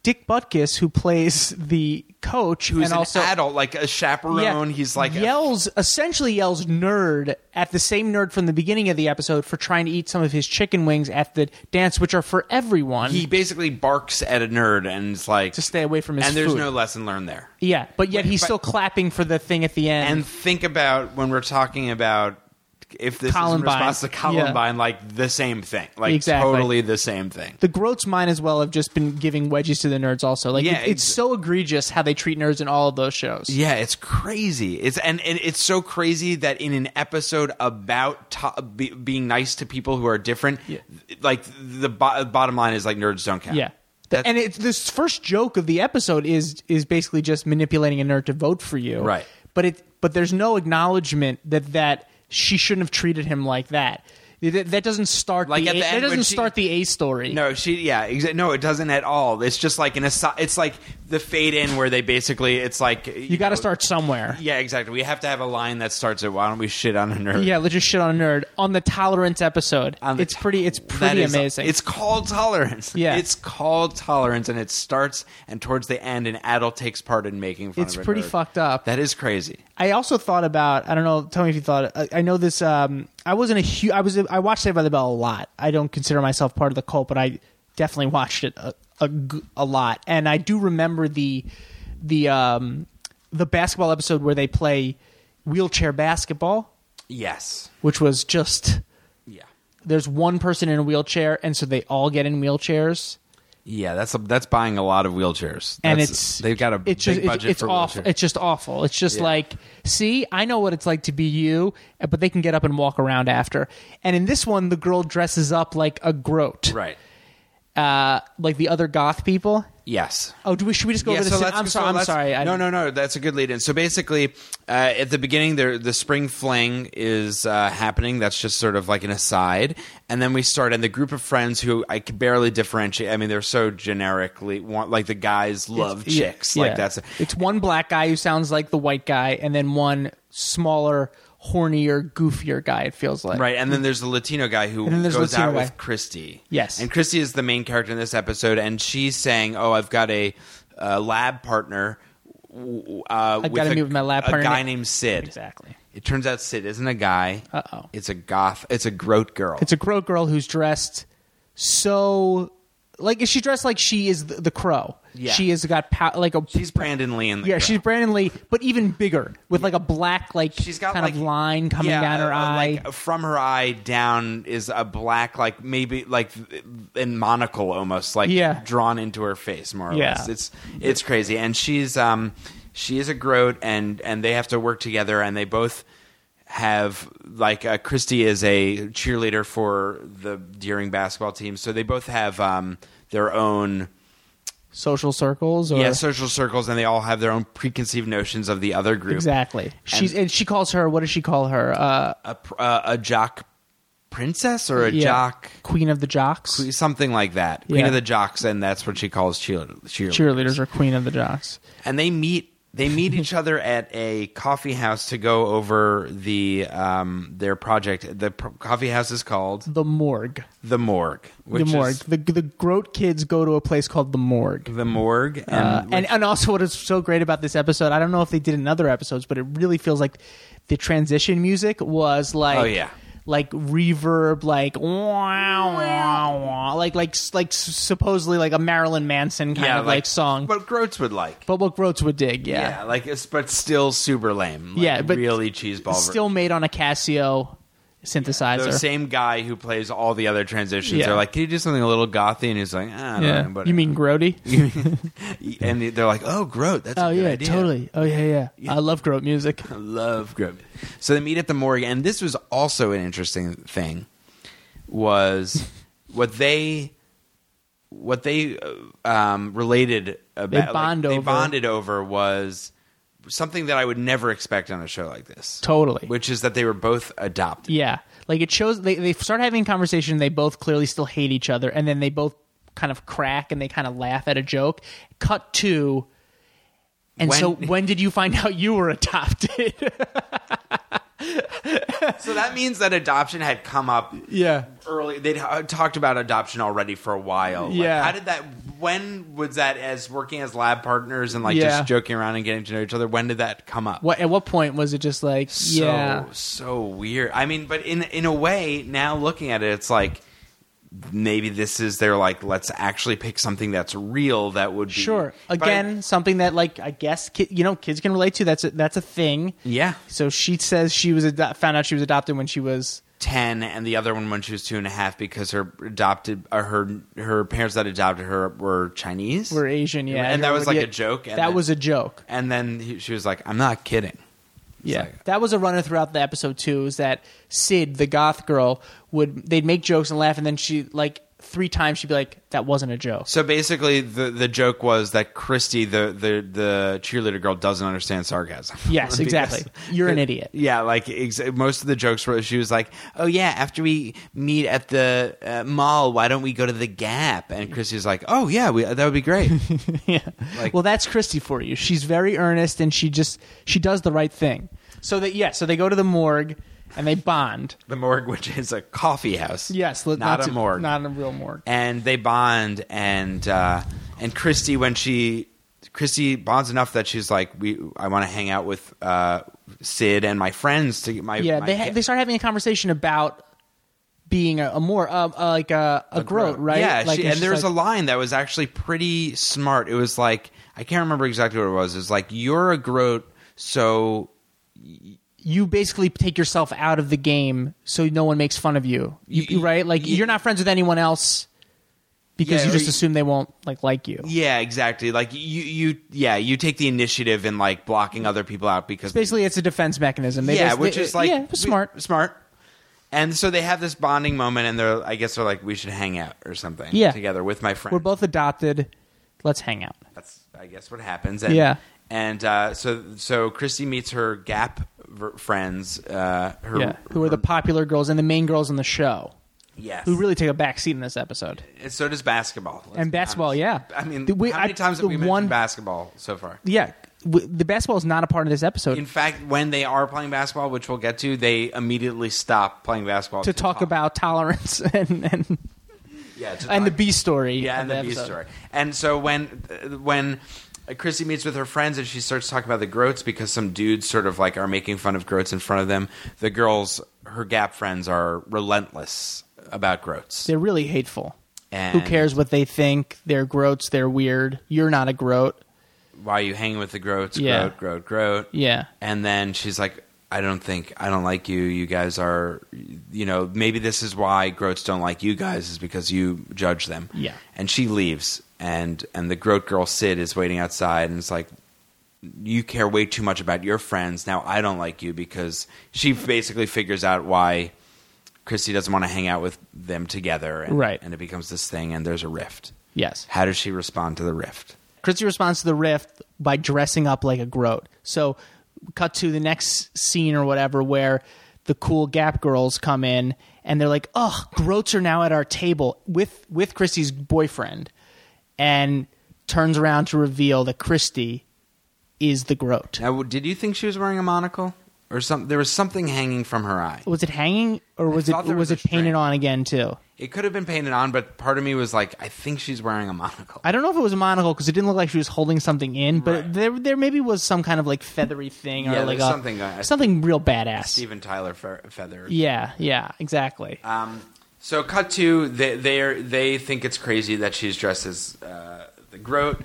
S5: Dick Butkus who plays the coach
S4: who's
S5: and
S4: an
S5: also
S4: adult, like a chaperone. He's like a-
S5: yells essentially yells nerd at the same nerd from the beginning of the episode for trying to eat some of his chicken wings at the dance, which are for everyone.
S4: he basically barks at a nerd and it's like
S5: to stay away from his
S4: and there's
S5: food.
S4: no lesson learned there.
S5: yeah, but yet he's
S4: but-
S5: still clapping for the thing at the end.
S4: and think about when we're talking about if this
S5: Columbine.
S4: is in response to Columbine, like the same thing, like
S5: Exactly.
S4: totally the same thing.
S5: the Groats might as well have just been giving wedgies to the nerds. Also, like
S4: Yeah,
S5: it- it's
S4: ex-
S5: so egregious how they treat nerds in all of those shows.
S4: Yeah, it's crazy. It's and, and it's so crazy that in an episode about to, be, being nice to people who are different,
S5: Yeah.
S4: like the bo- bottom line is like nerds don't count.
S5: Yeah.
S4: That's-
S5: and it's this first joke of the episode is is basically just manipulating a nerd to vote for you,
S4: Right.
S5: But it but there's no acknowledgement that that she shouldn't have treated him like that. That, that doesn't start
S4: Like
S5: the
S4: at
S5: A,
S4: the
S5: that
S4: end when
S5: doesn't
S4: she-
S5: start the A story.
S4: No, she. Yeah, exa- no, it doesn't at all. It's just like an aside. It's like the fade in where they basically. It's like you,
S5: you
S4: know,
S5: got to start somewhere.
S4: Yeah, exactly. We have to have a line that starts at "Why don't we shit on a nerd?"
S5: Yeah, let's just shit on a nerd on the tolerance episode.
S4: On the
S5: it's pretty. It's
S4: That
S5: pretty
S4: is-
S5: amazing.
S4: It's called tolerance.
S5: Yeah.
S4: it's called tolerance, and it starts and towards the end, an adult takes part in making fun.
S5: It's
S4: of a
S5: pretty
S4: nerd.
S5: fucked up.
S4: That is crazy.
S5: I also thought about. I don't know. Tell me if you thought. I, I know this. Um, I wasn't a huge. I was. a- I watched Saved by the Bell a lot. I don't consider myself part of the cult, but I definitely watched it a, a g- a lot. And I do remember the the um, the basketball episode where they play wheelchair basketball,
S4: Yes.
S5: which was just
S4: Yeah.
S5: there's one person in a wheelchair, and so they all get in wheelchairs.
S4: Yeah, that's that's buying a lot of wheelchairs.
S5: and
S4: That's-
S5: it's
S4: they've got a big
S5: it's just, it's-
S4: budget
S5: it's
S4: for
S5: awful.
S4: wheelchairs.
S5: It's just awful. It's just
S4: Yeah.
S5: like, see, I know what it's like to be you, but they can get up and walk around after. And in this one, the girl dresses up like a groat,
S4: right.
S5: Uh, like the other goth people.
S4: Yes.
S5: Oh, do we should we just go over this?
S4: let's-
S5: I'm sorry. I'm
S4: let's-
S5: sorry. I-
S4: no, no, no. That's a good lead in. So basically, uh, at the beginning, there the spring fling is uh, happening. That's just sort of like an aside, and then we start. And the group of friends who I could barely differentiate. I mean, they're so generically want like the guys love
S5: Yeah,
S4: chicks. Like
S5: yeah.
S4: that's
S5: it's one black guy who sounds like the white guy, and then one smaller, hornier, goofier guy. It feels like
S4: Right, and then there's the Latino guy who
S5: And then
S4: goes
S5: there's Latino
S4: out
S5: guy.
S4: with Christy.
S5: Yes.
S4: and Christy is the main character in this episode, and she's saying, "Oh, I've got a uh, lab partner. w- Uh,
S5: I've gotta
S4: a-
S5: meet with my lab partner
S4: a guy
S5: na-
S4: named Sid.
S5: Exactly.
S4: It turns out Sid isn't a guy.
S5: Uh-oh.
S4: It's a goth. It's a groat girl.
S5: It's a crow girl who's dressed so like is she dressed like she is the, the crow.
S4: Yeah.
S5: She has got pow- like a
S4: she's Brandon Lee in the
S5: yeah,
S4: Crow.
S5: she's Brandon Lee, but even bigger with like a black like
S4: She's got
S5: kind
S4: like
S5: of line coming
S4: yeah,
S5: down her
S4: uh, uh,
S5: eye.
S4: Like, from her eye down is a black, like maybe like in monocle almost, like
S5: Yeah.
S4: drawn into her face more or
S5: Yeah.
S4: less. It's it's crazy, and she's um she is a groat, and and they have to work together, and they both have like uh, Christy is a cheerleader for the Deering basketball team, so they both have um their own.
S5: social circles or
S4: Yeah, social circles, and they all have their own preconceived notions of the other group.
S5: exactly. She's and she calls her what does she call her? Uh
S4: A, pr- uh, a jock princess or a
S5: yeah,
S4: jock,
S5: Queen of the Jocks.
S4: something like that. Queen
S5: Yeah.
S4: of the jocks, and that's what she calls cheerle- cheerleaders.
S5: Cheerleaders are Queen of the Jocks.
S4: And they meet. They meet
S5: (laughs)
S4: each other at a coffee house to go over the um, their project. The pr- coffee house is called
S5: The morgue.
S4: the Morgue. Which
S5: the morgue.
S4: Is
S5: the the Groat kids go to a place called the morgue.
S4: the Morgue. And,
S5: Uh, and and also what is so great about this episode i don't know if they did in other episodes but it really feels like the transition music was like
S4: Oh, yeah.
S5: like reverb like wow wow wow like like like supposedly like a marilyn manson kind
S4: yeah,
S5: of like, song but,
S4: What Groats would like.
S5: what groats would dig
S4: yeah.
S5: yeah,
S4: like it's but still super lame. Like,
S5: Yeah, but
S4: really cheeseball.
S5: still made on a casio synthesizer
S4: the same guy who plays all the other transitions.
S5: Yeah.
S4: They're like, "Can you do something a little gothy?" And he's like, ah, I don't know,
S5: yeah
S4: but
S5: you mean grody
S4: and they're like, "Oh, Groat, that's
S5: oh
S4: a good
S5: yeah
S4: idea.
S5: totally oh yeah, yeah i love groat music
S4: I love Groat." So they meet at the morgue, and this was also an interesting thing
S5: (laughs)
S4: was what they what they uh, um, related about like,
S5: bond
S4: they
S5: over.
S4: bonded over was something that I would never expect on a show like this.
S5: Totally.
S4: which is that they were both adopted.
S5: Yeah. Like it shows they, they start having a conversation, they both clearly still hate each other, and then they both kind of crack and they kind of laugh at a joke. Cut to and
S4: When-
S5: so when did you find out you were adopted? (laughs)
S4: So that means that adoption had come up
S5: yeah.
S4: early they'd uh, talked about adoption already for a while Like,
S5: Yeah.
S4: how did that when was that as working as lab partners and like
S5: Yeah.
S4: just joking around and getting to know each other when did that come up
S5: What at what point was it just like
S4: so
S5: yeah.
S4: so weird i mean but in in a way now looking at it it's like maybe this is their like let's actually pick something that's real that would be
S5: Sure.
S4: But I-
S5: Again, something that like I guess ki- you know kids can relate to. That's a, that's a thing.
S4: yeah
S5: So she says she was ado- found out she was adopted when she was
S4: 10 and the other one when she was two and a half because her adopted uh, her her parents that adopted her were chinese
S5: were Asian. Yeah,
S4: and that was like
S5: Yeah.
S4: a joke and
S5: that
S4: then-
S5: was a joke.
S4: And then he, she was like, "I'm not kidding." It's
S5: Yeah,
S4: like-
S5: that was a runner throughout the episode too. Is that Sid, the goth girl, would they'd make jokes and laugh, and then she like three times, she'd be like, "That wasn't a joke."
S4: So basically, the the joke was that Christy, the the, the cheerleader girl, doesn't understand sarcasm.
S5: (laughs)
S4: (laughs)
S5: Yes, exactly. You're an idiot.
S4: Yeah, like ex- most of the jokes were. She was like, "Oh yeah, after we meet at the uh, mall, why don't we go to the Gap?" And Christy's like, "Oh yeah, we, that would be great."
S5: (laughs) yeah.
S4: Like-
S5: well, that's Christy for you. She's very earnest, and she just she does the right thing. So that yeah, so they go to the morgue and they bond.
S4: the morgue, which is a coffee house.
S5: Yes,
S4: not,
S5: let- not
S4: a
S5: to-
S4: morgue.
S5: not a real morgue.
S4: and they bond and uh and christy when she christy bonds enough that she's like we i want to hang out with uh sid and my friends to get my
S5: yeah,
S4: my
S5: they ha-
S4: kid."
S5: they start having a conversation about being a, a more uh, uh, like a, a, groat, right?
S4: yeah
S5: like,
S4: she, and
S5: she's
S4: there was
S5: like-
S4: a line that was actually pretty smart it was like i can't remember exactly what it was it's like you're a groat so
S5: You basically take yourself out of the game, so no one makes fun of you, you,
S4: You-
S5: right? Like
S4: you-
S5: you're not friends with anyone else because
S4: Yeah,
S5: you
S4: or
S5: just
S4: you-
S5: assume they won't like like you.
S4: yeah exactly like you you yeah you take the initiative in like blocking other people out because
S5: Basically, it's a defense mechanism. They
S4: yeah,
S5: basi-
S4: which
S5: they-
S4: is like
S5: yeah, it was
S4: we-
S5: smart.
S4: smart. And so they have this bonding moment, and they're I guess they're like we should hang out or something
S5: Yeah.
S4: together with my friend.
S5: We're both adopted. Let's hang out.
S4: that's I guess what happens. And,
S5: Yeah.
S4: and uh, so so Christy meets her Gap ver- friends, uh, her,
S5: yeah. Who are the
S4: her-
S5: popular girls and the main girls in the show
S4: yes
S5: who really take a back seat in this episode.
S4: And so does basketball let's
S5: And
S4: be
S5: basketball,
S4: honest.
S5: yeah.
S4: I mean,
S5: The- we-
S4: how many
S5: I-
S4: times
S5: the
S4: have we mentioned
S5: one-
S4: basketball so far?
S5: Yeah. W- the basketball is not a part of this episode.
S4: In fact, when they are playing basketball, which we'll get to, they immediately stop playing basketball
S5: to talk about tolerance (laughs) and and,
S4: yeah, to
S5: and the
S4: talk-
S5: B story.
S4: Yeah,
S5: of
S4: and the, B
S5: episode.
S4: story. And so when uh, when Chrissy meets with her friends and she starts talking about the groats because some dudes sort of like are making fun of groats in front of them, the girls, her Gap friends, are relentless about groats.
S5: They're really hateful.
S4: And-
S5: Who cares what they think? They're groats. They're weird. You're not a groat.
S4: Why are you hanging with the groats?
S5: Yeah.
S4: Groat, groat, groat.
S5: Yeah.
S4: And then she's like, I don't think I don't like you. You guys are, you know, maybe this is why groats don't like you guys is because you judge them.
S5: Yeah.
S4: And she leaves, and and the groat girl Sid is waiting outside, and it's like, you care way too much about your friends. Now I don't like you because she basically figures out why Christy doesn't want to hang out with them together, and,
S5: Right.
S4: And it becomes this thing, and there's a rift.
S5: Yes.
S4: How does she respond to the rift?
S5: Christy responds to the rift by dressing up like a groat. So, cut to the next scene or whatever where the cool Gap girls come in and they're like, "Oh, groats are now at our table with with Christy's boyfriend," and turns around to reveal that Christy is the groat.
S4: Now, w- did you think she was wearing a monocle or something? There was something hanging from her eye.
S5: Was it hanging or was it
S4: thought
S5: was,
S4: there was
S5: it
S4: a
S5: painted
S4: string.
S5: on again too?
S4: It could have been painted on, but part of me was like, I think she's wearing a monocle.
S5: I don't know if it was a monocle because it didn't look like she was holding something in, but
S4: Right.
S5: there there maybe was some kind of like feathery thing or
S4: Yeah,
S5: like
S4: there's
S5: a-
S4: something going on.
S5: something real
S4: (laughs)
S5: badass.
S4: Steven Uh, Tyler fe- feather. Um,
S5: Yeah, yeah, exactly.
S4: So cut to they they they think it's crazy that she's dressed as uh, the Groat.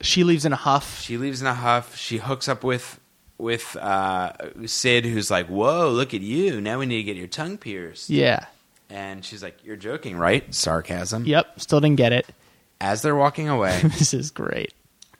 S5: she leaves in a huff.
S4: She leaves in a huff. She hooks up with with uh, Sid, who's like, "Whoa, look at you! Now we need to get your tongue pierced."
S5: Yeah.
S4: And she's like, "You're joking, right?" Sarcasm.
S5: Yep. Still didn't get it. (laughs)
S4: As they're walking away,
S5: This is great.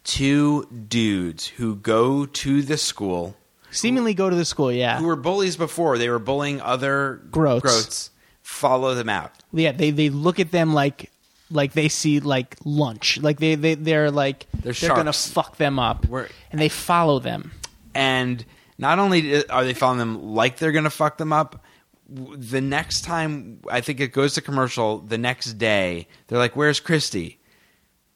S4: two dudes who go to the school
S5: Seemingly go to the school. Yeah.
S4: who were bullies before. They were bullying other
S5: Groats.
S4: Follow them out.
S5: yeah. They they look at them like like they see like lunch. Like they they they're like
S4: They're
S5: gonna
S4: sharks.
S5: fuck them up.
S4: We're-
S5: and they follow them.
S4: And not only are they following them like they're going to fuck them up, w- the next time I think it goes to commercial, the next day they're like, "Where's Christy?"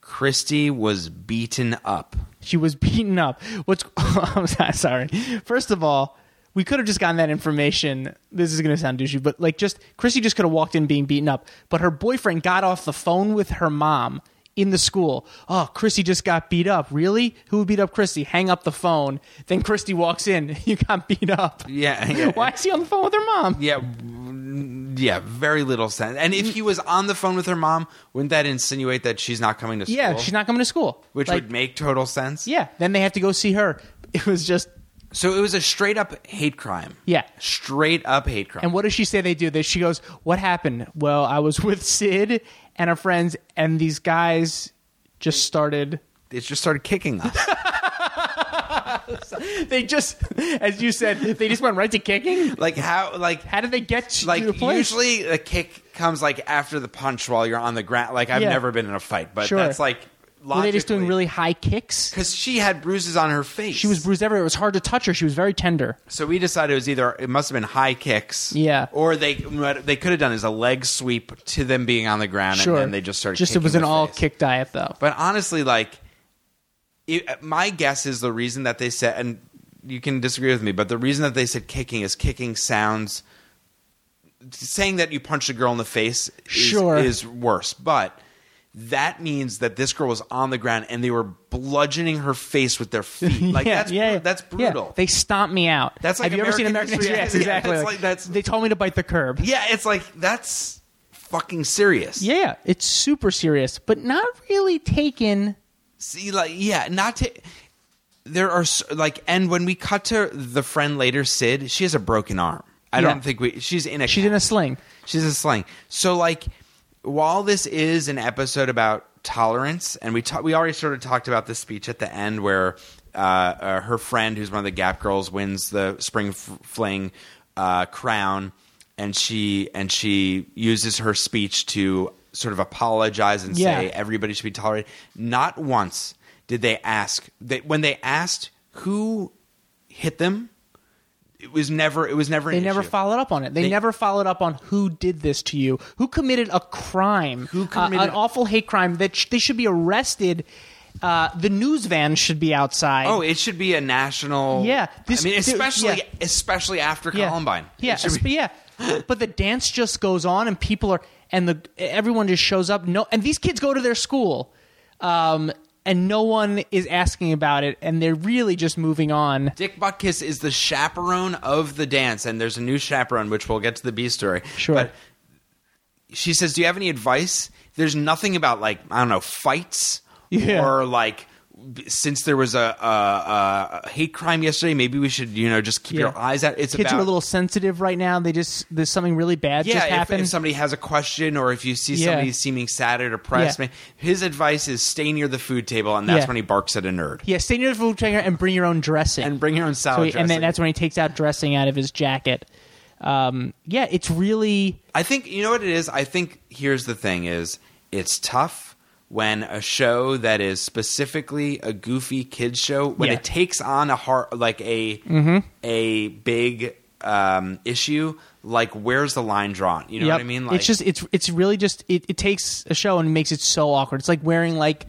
S4: Christy was beaten up.
S5: She was (laughs) beaten up. What's (laughs) I'm so- sorry. First of all, we could have just gotten that information. This is going to sound douchey, but like just Chrissy just could have walked in being beaten up, but her boyfriend got off the phone with her mom in the school. Oh, Chrissy just got beat up. Really? Who beat up Chrissy? Hang up the phone. Then Christy walks in. (laughs) You got beat up.
S4: Yeah, yeah.
S5: Why is he on the phone with her mom?
S4: Yeah, w- yeah, very little sense. And
S5: Mm.
S4: if he was on the phone with her mom, wouldn't that insinuate that she's not coming to school?
S5: Yeah, she's not coming to school.
S4: Which
S5: Like,
S4: would make total sense.
S5: Yeah, then they have to go see her. It was just
S4: So it was a straight up hate crime.
S5: Yeah.
S4: Straight up hate crime.
S5: And what does she say they do? That she goes, "What happened?" Well, I was (laughs) with Sid and her friends, and these guys just started. (laughs)
S4: it just started kicking us.
S5: they just, as you said, they just went right to kicking.
S4: Like how? Like
S5: How did they get to
S4: like
S5: the place?
S4: usually the kick comes like after the punch while you're on the ground. Like I've
S5: Yeah.
S4: never been in a fight, but
S5: Sure.
S4: that's like logically.
S5: Were they just doing really high kicks?
S4: because she had bruises on her face.
S5: She was bruised everywhere. It was hard to touch her. She was very tender.
S4: So we decided it was either it must have been high kicks,
S5: Yeah.
S4: or they what they could have done is a leg sweep to them being on the ground,
S5: Sure.
S4: and then they just started.
S5: Just it
S4: kicking
S5: was
S4: the
S5: an all
S4: face.
S5: kick diet though.
S4: But honestly, like, it, my guess is the reason that they said, and you can disagree with me, but the reason that they said kicking is kicking sounds. Saying that you punched a girl in the face is,
S5: Sure.
S4: is worse, but that means that this girl was on the ground and they were bludgeoning her face
S5: (laughs)
S4: with their feet. Like that's bru- that's
S5: yeah.
S4: brutal.
S5: They stomped me out.
S4: That's like
S5: Have you ever seen
S4: American
S5: American
S4: History
S5: History?
S4: X. (laughs)
S5: Yes,
S4: Yeah,
S5: exactly.
S4: that's like- that's-
S5: They told me to bite the curb.
S4: Yeah, it's like that's fucking serious.
S5: Yeah, it's super serious, but not really taken.
S4: See, like, yeah, not to. There are s- like, and when we cut to the friend later, Sid, she has a broken arm. I
S5: Yeah.
S4: don't think we. She's in a.
S5: She's in a sling.
S4: She's in a sling. So like, while this is an episode about tolerance, and we ta- we already sort of talked about this speech at the end where uh, uh, her friend, who's one of the Gap girls, wins the spring f- fling uh, crown, and she and she uses her speech to sort of apologize and
S5: Yeah.
S4: say everybody should be tolerated. Not once did they ask that when they asked who hit them. It was never. It was never.
S5: They
S4: an
S5: never
S4: issue.
S5: followed up on it. They,
S4: They-
S5: never followed up on who did this to you, who committed a crime,
S4: Who
S5: uh,
S4: committed-
S5: an awful hate crime that sh- they should be arrested. Uh, the news van should be outside.
S4: Oh, it should be a national.
S5: Yeah, this-
S4: I mean,
S5: dude,
S4: especially
S5: yeah.
S4: especially after Columbine. It
S5: Yeah,
S4: should
S5: esp-
S4: be-
S5: yeah. But the dance just goes on, and people are, and the everyone just shows up. No, and these kids go to their school, um, and no one is asking about it, and they're really just moving on.
S4: Dick Butkus is the chaperone of the dance, and there's a new chaperone, which we'll get to the B story.
S5: Sure.
S4: But she says, "Do you have any advice?" There's nothing about like I don't know fights
S5: Yeah.
S4: or like b- since there was a, a, a hate crime yesterday, maybe we should you know just keep your
S5: Yeah.
S4: eyes out. It's
S5: kids
S4: about
S5: are a little sensitive right now. They just there's something really bad
S4: yeah,
S5: just
S4: if-
S5: happened.
S4: If, somebody has a question or if you see
S5: Yeah.
S4: somebody seeming sad or depressed,
S5: Yeah.
S4: man, his advice is stay near the food table, and that's
S5: Yeah.
S4: when he barks at a nerd.
S5: yeah, stay near the food trailer and bring your own dressing.
S4: And bring your own salad
S5: So he- And
S4: dressing.
S5: then that's when he takes out dressing out of his jacket. Um, yeah, it's really
S4: I think you know what it is. I think here's the thing: is it's tough when a show that is specifically a goofy kids show when
S5: Yeah. Mm-hmm.
S4: it takes on a heart like a a big um, issue. Like, where's the line drawn? You know what I
S5: Yep.
S4: mean? Like,
S5: it's just it's it's really just it, it takes a show and makes it so awkward. It's like wearing like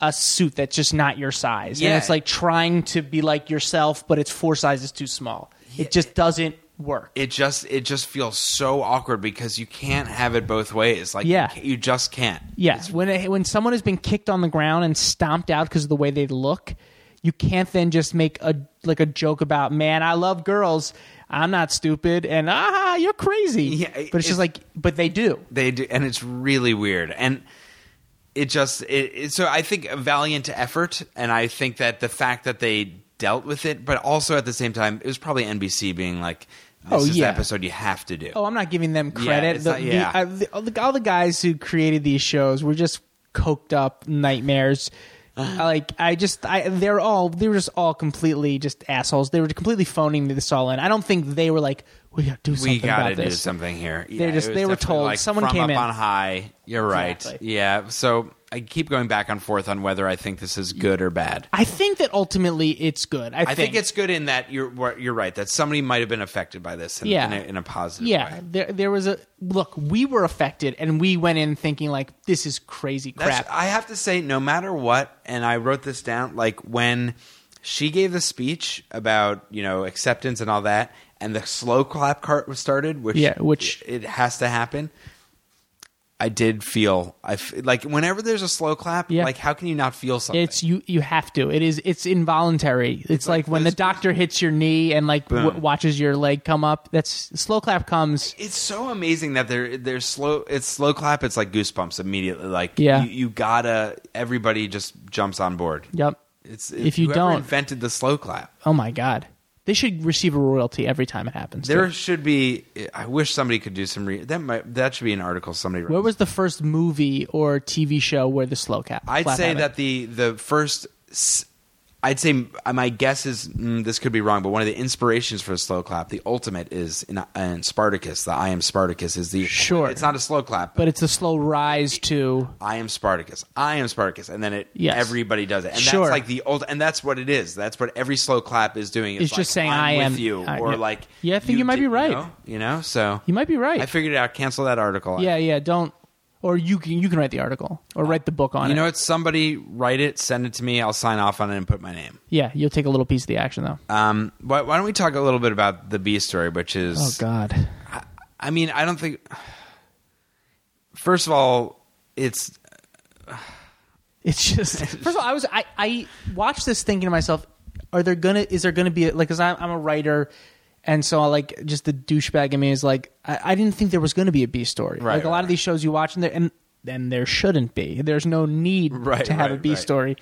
S5: a suit that's just not your size,
S4: Yeah.
S5: and it's like trying to be like yourself, but it's four sizes too small. It just doesn't work.
S4: it just it just feels so awkward because you can't have it both ways. Like,
S5: Yeah.
S4: you, ca- you just can't.
S5: Yes, when it, when someone has been kicked on the ground and stomped out because of the way they look, you can't then just make a like a joke about man, I love girls, I'm not stupid, and ah, you're crazy.
S4: Yeah,
S5: but it's,
S4: it's-
S5: just like, but they do.
S4: They do, and it's really weird. And it just it, it, so I think a valiant effort, and I think that the fact that they dealt with it, but also at the same time, it was probably NBC being like, "This
S5: Oh,
S4: is
S5: yeah.
S4: the episode you have to do."
S5: Oh, I'm not giving them
S4: Yeah,
S5: credit.
S4: it's
S5: the,
S4: not- yeah.
S5: the- I- the- all the- all the guys who created these shows were just coked
S4: (sighs)
S5: up nightmares. like I just, I they're all they were just all completely just assholes. They were completely phoning this all in. I don't think they were like, we got to do something
S4: we gotta
S5: about this.
S4: do something here.
S5: They
S4: Yeah,
S5: just-
S4: it was
S5: they were
S4: definitely
S5: told.
S4: like
S5: Someone
S4: from
S5: came
S4: up
S5: in.
S4: on high. You're right.
S5: Exactly.
S4: Yeah. So I keep going back and forth on whether I think this is good or bad.
S5: I think that ultimately it's good. I,
S4: I think it's good in that you're you're right that somebody might have been affected by this in,
S5: Yeah.
S4: in, a, in a positive way.
S5: yeah. There, there was a look. We were affected, and we went in thinking like this is crazy
S4: That's-
S5: crap.
S4: I have to say, no matter what, and I wrote this down, like when she gave the speech about, you know, acceptance and all that, and the slow clap cart was started, which,
S5: Yeah, which-
S4: it has to happen. I did feel I f- like whenever there's a slow clap,
S5: Yeah.
S4: like how can you not feel something?
S5: it's you. You have to. It is. It's involuntary. It's, like, when the
S4: this-
S5: doctor hits your knee and like w-
S4: Boom.
S5: watches your leg come up. That's slow clap comes.
S4: it's so amazing that they're they're slow. It's slow clap. It's like goosebumps immediately. Like
S5: Yeah.
S4: you, you gotta. Everybody just jumps on board.
S5: Yep.
S4: It's
S5: If you
S4: whoever
S5: don't-
S4: invented the slow clap.
S5: Oh my god. They should receive a royalty every time it happens. too.
S4: There should be. I wish somebody could do some. Re- that might. That should be an article somebody.
S5: Where
S4: writes.
S5: was the first movie or TV show where the slow cap?
S4: I'd
S5: clap
S4: say
S5: happened?
S4: that the the first s- I'd say uh, my guess is mm, this could be wrong, but one of the inspirations for the slow clap, the ultimate, is in, in Spartacus. The I am Spartacus is the
S5: Sure.
S4: It's not a slow clap,
S5: but it's a slow rise to
S4: I am Spartacus. I am Spartacus, and then it
S5: Yes.
S4: everybody does it, and
S5: Sure.
S4: that's like the old, and that's what it is. That's what every slow clap is doing. It's
S5: It's just saying,
S4: i
S5: "I am-
S4: with you,
S5: I-
S4: or
S5: yeah.
S4: like
S5: Yeah, I think you might
S4: did-
S5: be right.
S4: You know, you know? so
S5: You might be right.
S4: I figured it out. Cancel that article.
S5: yeah, yeah. Don't or you can you can write the article or write the book on
S4: Uh, you
S5: it.
S4: know what? Somebody write it, send it to me. I'll sign off on it and put my name.
S5: yeah, you'll take a little piece of the action though.
S4: Um, why, why don't we talk a little bit about the B story, which is
S5: oh God,
S4: I mean, I don't think. First of all, it's
S5: it's
S4: (laughs)
S5: just. First of all, I was I I watched this thinking to myself, are there gonna is there gonna be a, like because I'm I'm a writer. And so, I like, just the douchebag in me is like, I, I didn't think there was going to be a B story.
S4: Right,
S5: like a lot
S4: right.
S5: of these shows you watch, and there and and there shouldn't be. There's no need
S4: Right,
S5: to have a
S4: right,
S5: B
S4: right.
S5: story,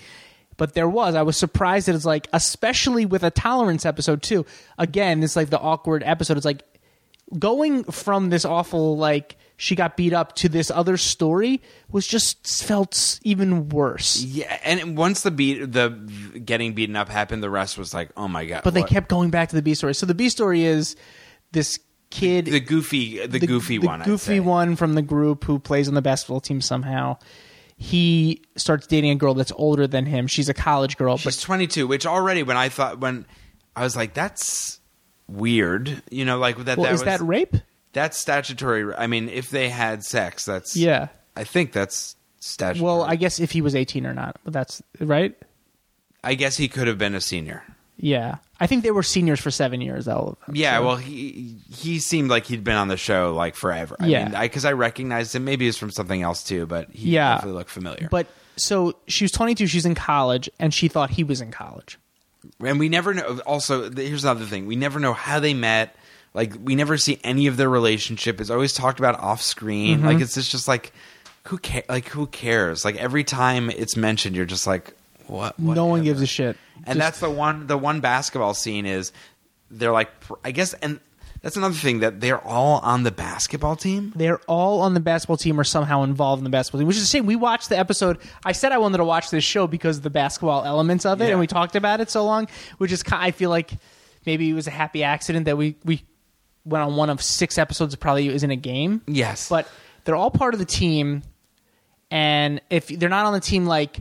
S5: but there was. I was surprised that it's like, especially with a tolerance episode too. Again, it's like the awkward episode. It's like going from this awful like she got beat up to this other story was just felt s- even worse.
S4: yeah. And once the beat, the getting beaten up happened, the rest was like, oh my god.
S5: But they
S4: what-
S5: kept going back to the B story. So the B story is this kid
S4: the goofy, the, goofy one, I'd
S5: goofy
S4: say.
S5: one from the group who plays on the basketball team somehow. He starts dating a girl that's older than him. She's a college girl,
S4: She's 22, which already when I thought when I was like, that's weird. You know, like that.
S5: but well,
S4: that
S5: is
S4: was,
S5: that rape?
S4: That's statutory. I mean, if they had sex, that's
S5: Yeah.
S4: I think that's statutory.
S5: Well, I guess if he was eighteen or not, but that's right.
S4: I guess he could have been a senior.
S5: Yeah, I think they were seniors for seven years. All of them.
S4: Yeah, well, he he seemed like he'd been on the show like forever. I
S5: Yeah.
S4: mean, because I, recognized him. Maybe it's from something else too, but he
S5: Yeah.
S4: definitely looked familiar.
S5: But so she was 22, she's in college, and she thought he was in college.
S4: and we never know. Also, th- here's another thing: we never know how they met. Like, we never see any of their relationship. It's always talked about off
S5: Mm-hmm.
S4: screen. Like, it's just, just like who ca- like who cares? Like every time it's mentioned, you're just like, what?
S5: No
S4: whatever.
S5: one gives a shit.
S4: And
S5: Just-
S4: that's the one the one basketball scene is they're like pr- I guess and that's another thing that they're all on the basketball team.
S5: they're all on the basketball team or somehow involved in the basketball team, which is a shame. We watched the episode. I said I wanted to watch this show because of the basketball elements of it,
S4: Yeah.
S5: and we talked about it so long, which is ki I feel like maybe it was a happy accident that we we went on one of six episodes that probably isn't a game.
S4: Yes.
S5: but they're all part of the team, and if they're not on the team, like.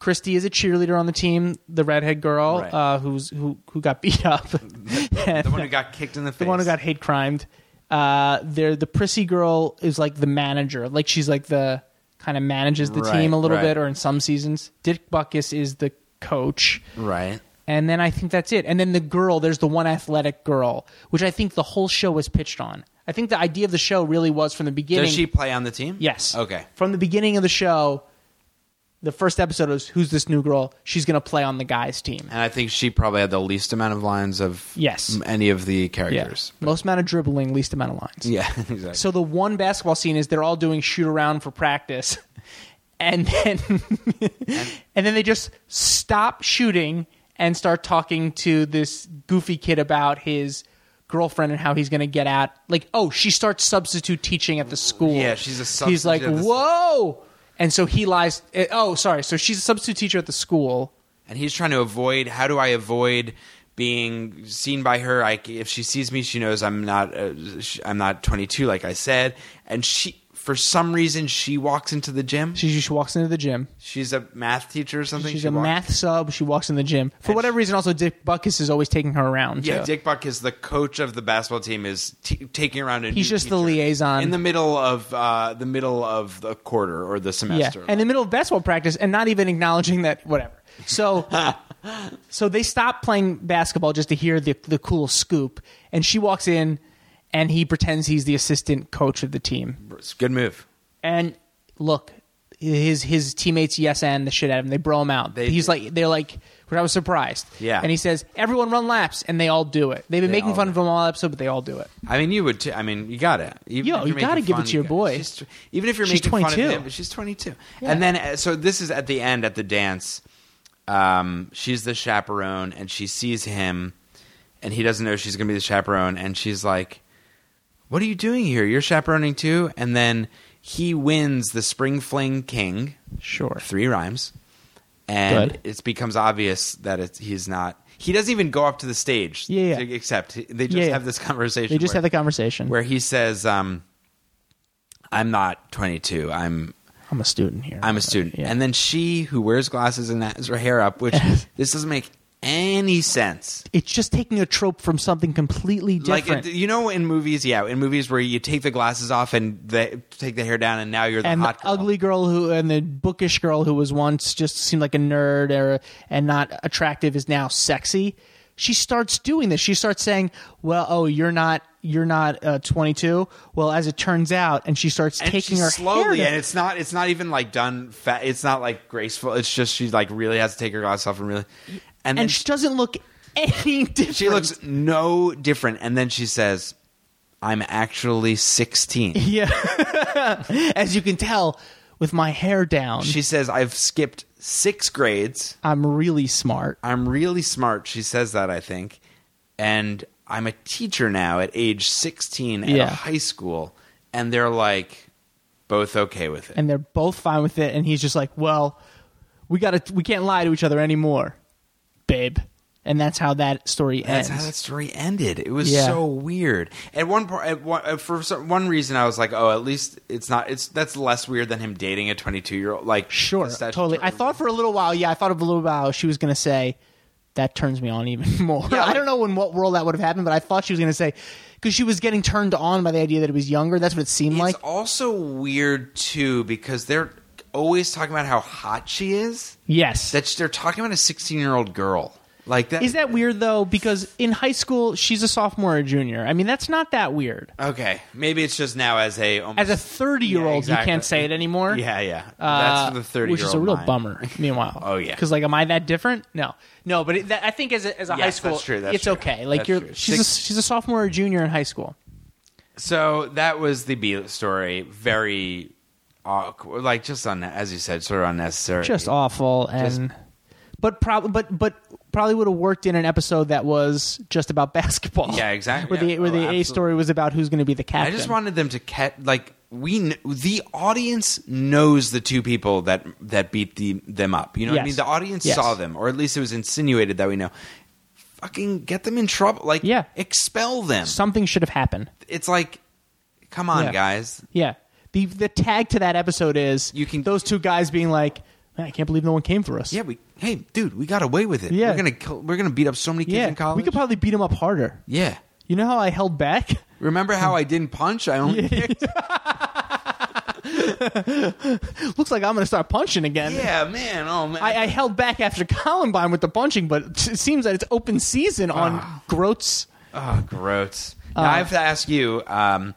S5: Christy is a cheerleader on the team, the redhead girl
S4: Right.
S5: uh, who's who who got beat up. (laughs)
S4: The one who got kicked in the face.
S5: the one who got hate crimed. Uh, there, the prissy girl is like the manager. Like she's like the kind of manages the
S4: Right,
S5: team a little
S4: right.
S5: bit, or in some seasons, Dick Buckus is the coach.
S4: right.
S5: And then I think that's it. And then the girl, there's the one athletic girl, which I think the whole show was pitched on. I think the idea of the show really was from the beginning.
S4: Does she play on the team?
S5: Yes.
S4: Okay.
S5: From the beginning of the show, the first episode was who's this new girl? She's going to play on the guys' team.
S4: And I think she probably had the least amount of lines of
S5: Yes.
S4: m- any of the
S5: Yeah.
S4: characters.
S5: Most amount of dribbling, least amount of lines.
S4: Yeah, (laughs) exactly.
S5: So the one basketball scene is they're all doing shoot around for practice, (laughs) and then (laughs) and then they just stop shooting and start talking to this goofy kid about his girlfriend and how he's going to get out. Like, oh, she starts substitute teaching at the school.
S4: Yeah, she's a
S5: He's
S4: substitute
S5: like,
S4: at the-
S5: whoa, and so he lies. eh, Oh, sorry. So she's a substitute teacher at the school.
S4: and he's trying to avoid how do I avoid being seen by her? I, if she sees me, she knows I'm not uh, sh- I'm not 22 like I said. And she for some reason she walks into the gym.
S5: She just walks into the gym.
S4: She's a math teacher or something.
S5: She's
S4: She
S5: a
S4: walks-
S5: math sub. She walks in the gym for whatever reason. Also, Dick Buckus is always taking her around.
S4: Yeah,
S5: too.
S4: Dick Buck is the coach of the basketball team. Is t- taking around a.
S5: He's
S4: new
S5: just the
S4: teacher
S5: liaison.
S4: in the middle of uh, the middle of the quarter or the semester.
S5: Yeah, in the middle of basketball practice and not even acknowledging that whatever.
S4: (laughs)
S5: So, so they stop playing basketball just to hear the the cool scoop, and she walks in, and he pretends he's the assistant coach of the team.
S4: It's a good move.
S5: And look, his his teammates yes and the shit out of him. They bro him out.
S4: They
S5: he's
S4: do.
S5: like they're like, which I was surprised.
S4: Yeah.
S5: and he says everyone run laps, and they all do it. They've been
S4: They
S5: making
S4: all
S5: fun
S4: do.
S5: of him all episode, but they all do it.
S4: I mean, you would. T- I mean, you got it. Even
S5: Yo,
S4: if you're
S5: you gotta
S4: making
S5: give
S4: fun,
S5: it to your
S4: you-
S5: boy.
S4: she's tw- even if you're
S5: She's
S4: making fun
S5: 22.
S4: of him, she's 22. And then, uh, so this is at the end at the dance. Um, she's the chaperone, and she sees him, and he doesn't know she's going to be the chaperone, and she's like, "What are you doing here? You're chaperoning too." And then he wins the Spring Fling King.
S5: Sure.
S4: Three rhymes. and
S5: Good.
S4: it becomes obvious that it's, he's not. He doesn't even go up to the stage.
S5: Yeah, yeah.
S4: To accept they just
S5: Yeah, yeah.
S4: have this conversation.
S5: They just
S4: where-
S5: have the conversation.
S4: where he says, um, "I'm not 22. I'm
S5: I'm a student here.
S4: I'm a student."
S5: Yeah.
S4: And then she, who wears glasses and has her hair up,
S5: (laughs)
S4: which this doesn't make any sense.
S5: it's just taking a trope from something completely different.
S4: Like it, you know, in movies, yeah, in movies where you take the glasses off and they take the hair down, and now you're the
S5: and the
S4: hot girl.
S5: ugly girl who and the bookish girl who was once just seemed like a nerd or and not attractive is now sexy. She starts doing this. She starts saying, "Well, oh, you're not you're not uh, 22." Well, as it turns out, and she starts
S4: And
S5: taking
S4: she's
S5: her hair
S4: slowly,
S5: down.
S4: and it's not it's not even like done. Fa- it's not like graceful. It's just she like really has to take her glasses off and really, and, then
S5: and she doesn't look any different.
S4: She looks no different, and then she says, "I'm actually
S5: (laughs)
S4: 16."
S5: as you can tell with my hair down.
S4: She says, "I've skipped six grades.
S5: I'm really smart.
S4: I'm really smart." She says that I think, and I'm a teacher now at age 16 at a
S5: Yeah.
S4: high school, and they're like both okay with it.
S5: and they're both fine with it and he's just like well we gotta we can't lie to each other anymore babe and that's how that story
S4: That's
S5: ends
S4: how that story ended. It was
S5: Yeah.
S4: so weird. At one part, at one, uh, for some, one reason, I was like, "Oh, at least it's not. It's that's less weird than him dating a 22 year old." Like,
S5: sure
S4: the statutory-
S5: totally i thought for a little while yeah i thought of a little while she was gonna say that turns me on even (laughs) more
S4: Yeah,
S5: i
S4: like-
S5: don't know in what world that would have happened but i thought she was gonna say because she was getting turned on by the idea that it was younger that's what it seemed like
S4: it's also weird too because they're always talking about how hot she is.
S5: yes
S4: That they're talking about a 16 year old girl like that.
S5: is that weird though because in high school she's a sophomore or junior i mean that's not that weird
S4: okay? Maybe it's just now as a almost,
S5: as a 30 year old
S4: Yeah,
S5: you
S4: exactly.
S5: can't say it anymore
S4: Yeah, yeah.
S5: Uh,
S4: That's for the 30 year old,
S5: which is a real bummer. (laughs) Meanwhile,
S4: Oh, yeah.
S5: because like, am I that different? No, no. But it, that, I think as a, as a
S4: Yes,
S5: high school,
S4: that's true, that's
S5: it's
S4: true.
S5: okay. Like
S4: That's
S5: you're,
S4: true.
S5: she's a,
S4: Six-
S5: she's a sophomore or junior in high school.
S4: So that was the B story. Very awkward, like just on as you said, sort of unnecessary.
S5: Just awful, and but probably but but probably would have worked in an episode that was just about (laughs) basketball.
S4: Yeah, exactly.
S5: Where the
S4: Yeah.
S5: where
S4: Oh,
S5: the
S4: absolutely.
S5: A story was about who's going to be the
S4: I
S5: captain.
S4: just wanted them to catch like we kn- the audience knows the two people that that beat the, them up. You know what I
S5: Yes.
S4: mean? The audience
S5: Yes.
S4: saw them, or at least it was insinuated that we know. Fucking get them in trouble, like
S5: Yeah.
S4: expel them.
S5: something should have happened.
S4: it's like, come on,
S5: Yeah.
S4: guys.
S5: Yeah. The the tag to that episode is
S4: You can-
S5: those two guys being like, "Man, I can't believe no one came for us.
S4: Yeah, we. Hey, dude, we got away with it.
S5: Yeah.
S4: we're gonna kill, we're gonna beat up so many kids in
S5: yeah.
S4: college.
S5: We could probably beat them up harder.
S4: yeah.
S5: You know how I held back? (laughs)
S4: Remember how I didn't punch? I only kicked.
S5: Looks like I'm going to start punching again.
S4: Yeah, man. Oh man.
S5: I, I held back after Columbine with the punching, but it seems that it's open season on Groats.
S4: Oh, gross.
S5: Uh.
S4: now I have to ask you. Um,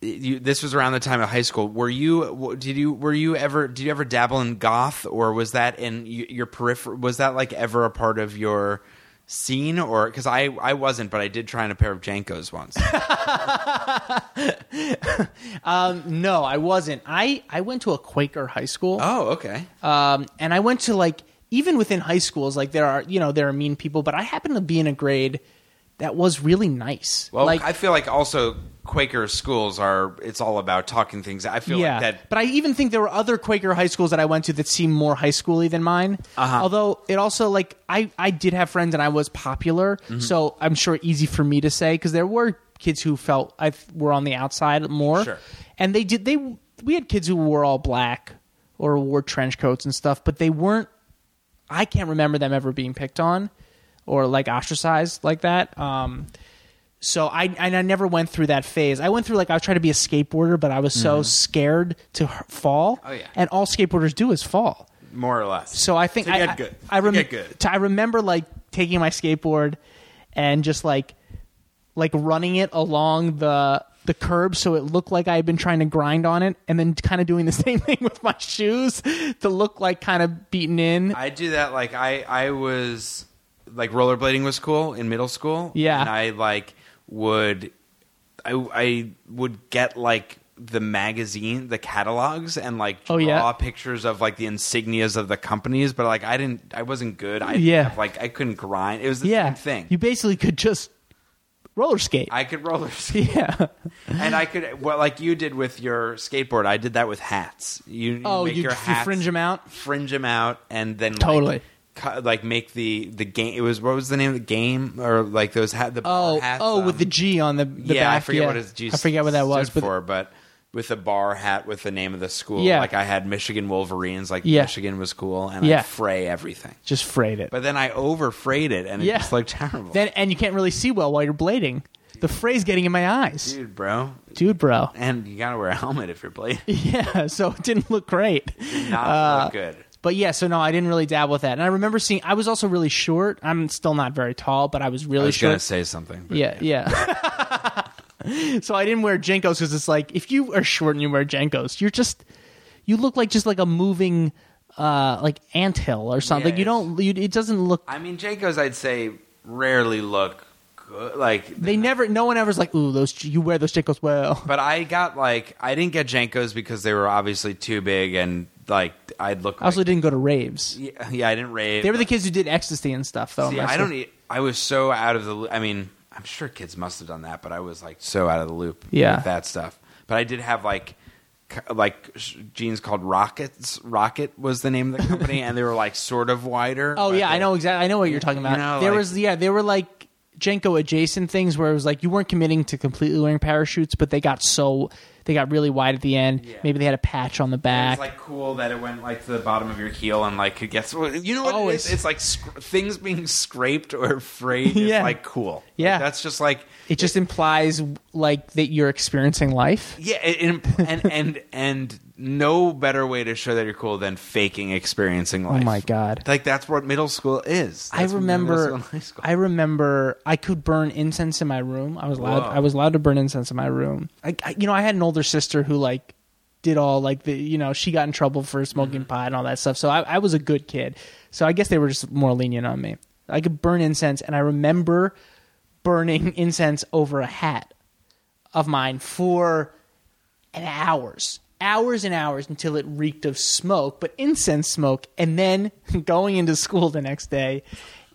S4: you, this was around the time of high school. Were you? w- Did you? Were you ever? Did you ever dabble in goth, or was that in y- your peripheral? Was that like ever a part of your scene? Or because I I wasn't, but I did try on a pair of Jankos
S5: (laughs)
S4: once.
S5: No, I wasn't. I, I went to a Quaker high school.
S4: oh, okay.
S5: um, and I went to like even within high schools, like there are you know there are mean people, but I happened to be in a grade that was really nice.
S4: well,
S5: like
S4: I feel like also Quaker schools are. It's all about talking things. I feel
S5: yeah,
S4: like that.
S5: but I even think there were other Quaker high schools that I went to that seemed more high schooly than mine.
S4: Uh-huh.
S5: Although it also like I I did have friends and I was popular,
S4: Mm-hmm.
S5: so I'm sure easy for me to say because there were kids who felt I f- were on the outside more,
S4: Sure.
S5: and they did they we had kids who wore all black or wore trench coats and stuff, but they weren't. I can't remember them ever being picked on or like ostracized like that. Um, so I and I never went through that phase. I went through like I was trying to be a skateboarder, but I was so scared to h- fall.
S4: Mm-hmm. Oh, yeah.
S5: And all skateboarders do is fall.
S4: more or less.
S5: So I think
S4: To
S5: I
S4: get
S5: I-
S4: good.
S5: I,
S4: To
S5: rem-
S4: get good.
S5: t- I remember like taking my skateboard and just like like running it along the the curb so it looked like I had been trying to grind on it and then kind of doing the (laughs) same thing with my shoes to look like kind of beaten in.
S4: I do that like I I was like rollerblading was cool in middle school.
S5: Yeah.
S4: and I like would I I would get like the magazine, the catalogs, and like draw
S5: Oh, yeah.
S4: pictures of like the insignias of the companies. But like I didn't, I wasn't good. I didn't
S5: Yeah.
S4: have, like I couldn't grind. It was the
S5: yeah.
S4: same thing.
S5: You basically could just roller skate.
S4: I could roller (laughs) skate.
S5: (laughs) yeah.
S4: and I could, well, like you did with your skateboard, I did that with hats. You, you
S5: Oh,
S4: make
S5: you
S4: your
S5: f-
S4: hats,
S5: fringe 'em out?
S4: fringe them out, and then like,
S5: Totally.
S4: cut, like make the the game. It was what was the name of the game or like those hat the bar
S5: Oh,
S4: hats,
S5: oh,
S4: um,
S5: with the G on the, the
S4: yeah,
S5: back.
S4: I forget
S5: yeah.
S4: what his G
S5: I forget what that was,
S4: stood
S5: but
S4: for, but with the bar hat with the name of the school.
S5: Yeah.
S4: like I had Michigan Wolverines. Like
S5: Yeah.
S4: Michigan was cool, and
S5: Yeah.
S4: I fray everything.
S5: just frayed it.
S4: But then I over frayed it, and it
S5: Yeah.
S4: just looked (laughs) terrible.
S5: then and you can't really see well while you're blading. The fray's getting in my eyes, dude,
S4: Dude, bro,
S5: bro.
S4: and you gotta wear a helmet if you're
S5: (laughs)
S4: playing.
S5: Yeah, so it didn't look great.
S4: Not
S5: Uh,
S4: look good.
S5: But yeah, so no, I didn't really dabble with that. And I remember seeing I was also really short. I'm still not very tall, but I was really
S4: I was
S5: short.
S4: gonna say something. But
S5: yeah, yeah. (laughs) so I didn't wear Jenkos because it's like if you are short and you wear Jenkos, you're just you look like just like a moving uh like anthill or something. You
S4: Yes.
S5: don't you, it doesn't look
S4: I mean, Jankos, I'd say rarely look good. Like,
S5: they never no one ever's like, "Ooh, those you wear those Jenkos well."
S4: but I got like I didn't get Jankos because they were obviously too big and like I'd look.
S5: I also
S4: like,
S5: didn't go to raves.
S4: yeah, yeah, I didn't rave.
S5: They were the kids who did ecstasy and stuff, though.
S4: See,
S5: my
S4: I
S5: school.
S4: don't. e- I was so out of the. loo- I mean, I'm sure kids must have done that, but I was like so out of the loop
S5: Yeah.
S4: with that stuff. But I did have like c- like sh- jeans called Rockets. Rocket was the name of the company, and they were like sort of wider.
S5: Oh
S4: but
S5: yeah, I
S4: they-
S5: know exactly. I know what you're talking about.
S4: You know,
S5: there
S4: like-
S5: was yeah, there were like Jenko adjacent things where it was like you weren't committing to completely wearing parachutes, but they got so they got really wide at the end.
S4: Yeah.
S5: Maybe they had a patch on the
S4: And
S5: back.
S4: It's like cool that it went like to the bottom of your heel and like it gets. You know what?
S5: Oh,
S4: it is?
S5: it's-
S4: It's like sc- things being scraped or frayed.
S5: (laughs) Yeah.
S4: is like cool.
S5: Yeah.
S4: Like, that's just like
S5: it just implies like that you're experiencing life.
S4: yeah, it, it impl- and and and no better way to show that you're cool than faking experiencing life.
S5: Oh my God.
S4: Like that's what middle school is.
S5: I
S4: That's what middle school
S5: remember.
S4: and (laughs) high school.
S5: I remember. I could burn incense in my room. I was allowed.
S4: Whoa.
S5: I was allowed to burn incense in my room. I, I, you know, I had an older sister who like did all like the. You know, she got in trouble for
S4: Mm-hmm.
S5: smoking pot and all that stuff. So I, I was a good kid. So I guess they were just more lenient on me. I could burn incense, and I remember burning (laughs) incense over a hat of mine for an hours hours and hours until it reeked of smoke but incense smoke and then (laughs) going into school the next day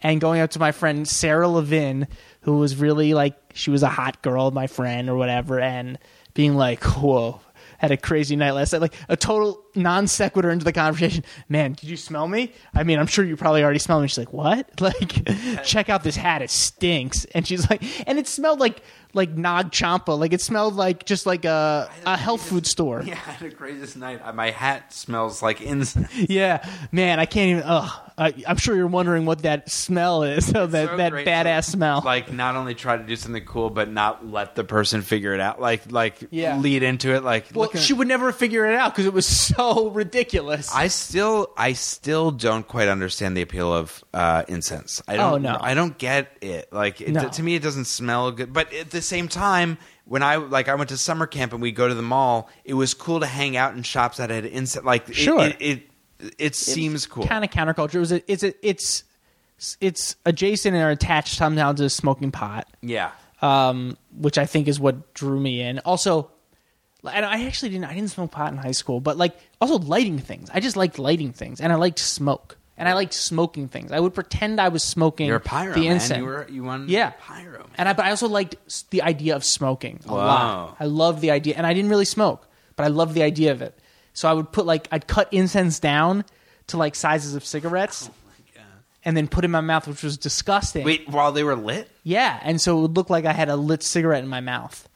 S5: and going up to my friend sarah levin who was really like she was a hot girl my friend or whatever and being like whoa had a crazy night last night like a total non sequitur into the conversation man did you smell me i mean i'm sure you probably already smelled me she's like what (laughs) like check out this hat it stinks and she's like and it smelled like like nag champa like it smelled like just like a, a health food store
S4: yeah, I had the craziest night. Uh, My hat smells like incense.
S5: (laughs) yeah, man, I can't even. Ugh, I, I'm sure you're wondering what that smell is. (laughs) So (laughs) that
S4: so
S5: that
S4: great
S5: badass
S4: to,
S5: smell.
S4: Like not only try to do something cool, but not let the person figure it out. Like like
S5: Yeah.
S4: lead into it. Like
S5: well,
S4: look at-
S5: she would never figure it out because it was so (laughs) ridiculous.
S4: I still I still don't quite understand the appeal of uh, incense. I don't
S5: Oh, no.
S4: I don't get it. Like it,
S5: No.
S4: to me it doesn't smell good. But at the same time, when I like I went to summer camp and we go to the mall, it was cool to hang out in shops that had incense like it-
S5: Sure.
S4: it it, it, seems cool.
S5: Kind of counterculture. It was a, it's a, it's it's adjacent or attached somehow to smoking pot.
S4: yeah.
S5: um, which I think is what drew me in. Also, and I actually didn't I didn't smoke pot in high school, but like also lighting things. I just liked lighting things, and I liked smoke, and I liked smoking things. I would pretend I was smoking.
S4: You're a pyro,
S5: the
S4: man.
S5: incense.
S4: You were- you wanted to be
S5: yeah,
S4: a pyro, man.
S5: And I but I also liked s- the idea of smoking a
S4: Wow.
S5: lot. I loved the idea, and I didn't really smoke, but I loved the idea of it. So I would put like I'd cut incense down to like sizes of cigarettes. And then put it in my mouth, which was disgusting.
S4: Wait, while they were lit?
S5: Yeah, and so it would look like I had a lit cigarette in my mouth.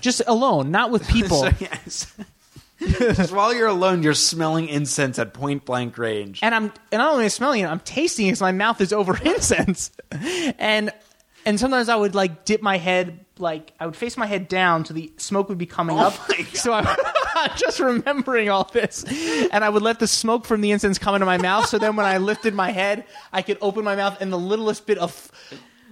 S5: Just alone, not
S4: (laughs)
S5: with people.
S4: So, yes. (laughs) Just while you're alone, you're smelling incense at point blank range.
S5: And I'm and not only smelling it, I'm tasting it because my mouth is over (laughs) incense. And and sometimes I would like dip my head like I would face my head down so the smoke would be coming
S4: Oh
S5: up. (laughs) So I just remembering all this. And I would let the smoke from the incense come into my mouth. So then when I lifted my head, I could open my mouth and the littlest bit of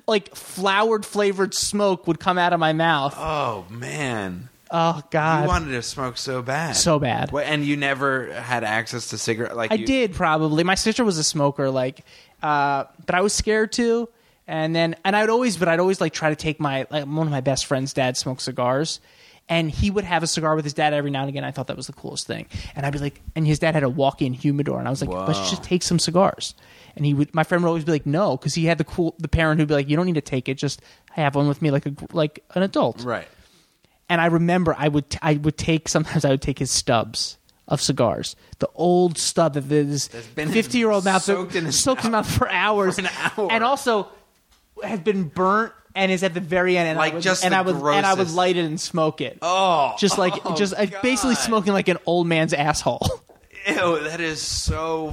S5: like flowered flavored smoke would come out of my mouth. Oh,
S4: oh man.
S5: god.
S4: You wanted to smoke so bad,
S5: Uh, So bad.
S4: Wha- and you never had access to cigarette. Like
S5: I
S4: you-
S5: did probably. My sister was a smoker, like, uh, but I was scared too. And then, and I'd always, but I'd always like try to take my like one of my best friend's dad smoked cigars, And he would have a cigar with his dad every now and again. I thought that was the coolest thing. And I'd be like, and his dad had a walk-in humidor, and I was like, let's just take some cigars. And he would, my friend would always be like, no, because he had the cool, the parent who'd be like, you don't need to take it, just have one with me, like a gr- like an adult.
S4: Right.
S5: And I remember I would I would take sometimes I would take his stubs of cigars, the old stub that this
S4: been
S5: fifty year old mouth
S4: soaked in his
S5: soaked his mouth for hours,
S4: an hour.
S5: and also have been burnt and is at the very end. And
S4: Like,
S5: I would,
S4: just
S5: and
S4: the
S5: I would and I would
S4: grossest.
S5: light it and smoke it. Oh, just like just uh, basically
S4: God.
S5: smoking like an old man's asshole. (laughs)
S4: Ew, that is so.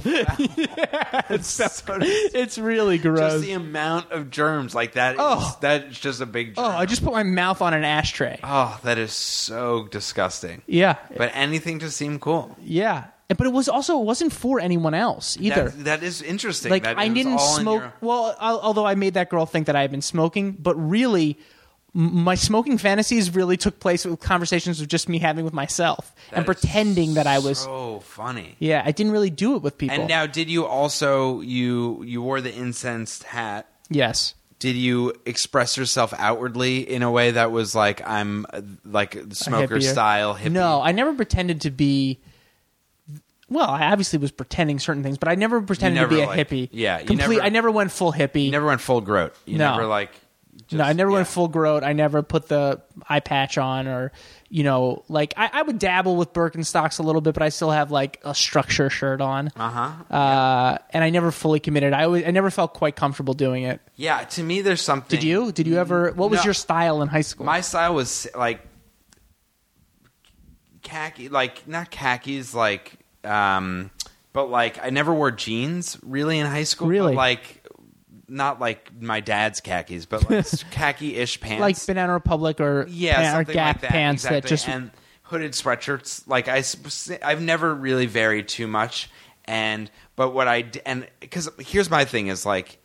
S4: it's so
S5: it's really gross.
S4: just the amount of germs like that. is-
S5: Oh.
S4: that's just a big. Germ.
S5: oh, I just put my mouth on an ashtray.
S4: Oh, that is so disgusting.
S5: yeah,
S4: But anything to seem cool.
S5: yeah. But it was also it wasn't for anyone else either.
S4: That, that is interesting.
S5: like
S4: that
S5: I
S4: it was
S5: didn't
S4: all in
S5: smoke.
S4: your-
S5: Well, al- although I made that girl think that I had been smoking, but really, m- my smoking fantasies really took place with conversations of just me having with myself and
S4: That is
S5: pretending that I was.
S4: so funny.
S5: yeah, I didn't really do it with people.
S4: And now, did you also you you wore the incensed hat?
S5: yes,
S4: Did you express yourself outwardly in a way that was like I'm uh, like
S5: A
S4: smoker
S5: hippier.
S4: style hippie?
S5: No, I never pretended to be. Well, I obviously was pretending certain things, but I never pretended
S4: never,
S5: to be a
S4: like-
S5: hippie.
S4: yeah, you
S5: complete.
S4: never-
S5: I never went full hippie.
S4: you never went full groat. You
S5: No.
S4: never like. Just,
S5: no, I never went
S4: yeah.
S5: full growth. I never put the eye patch on, or you know, like I, I would dabble with Birkenstocks a little bit, but I still have like a structure shirt on.
S4: Ah,
S5: Uh-huh. And I never fully committed. I always, I never felt quite comfortable doing it.
S4: Yeah, to me, there's something.
S5: Did you? Did you ever? What was
S4: No.
S5: your style in high school?
S4: My style was like khaki, like not khakis, like um, but like I never wore jeans really in high school. but,
S5: Really?
S4: like not like my dad's khakis, but
S5: (laughs)
S4: like khaki-ish pants,
S5: like Banana Republic or
S4: yeah,
S5: or
S4: something
S5: Gap
S4: like that,
S5: pants
S4: exactly.
S5: that just
S4: and hooded sweatshirts. Like I, have never really varied too much, and but what I d- and because here's my thing is like,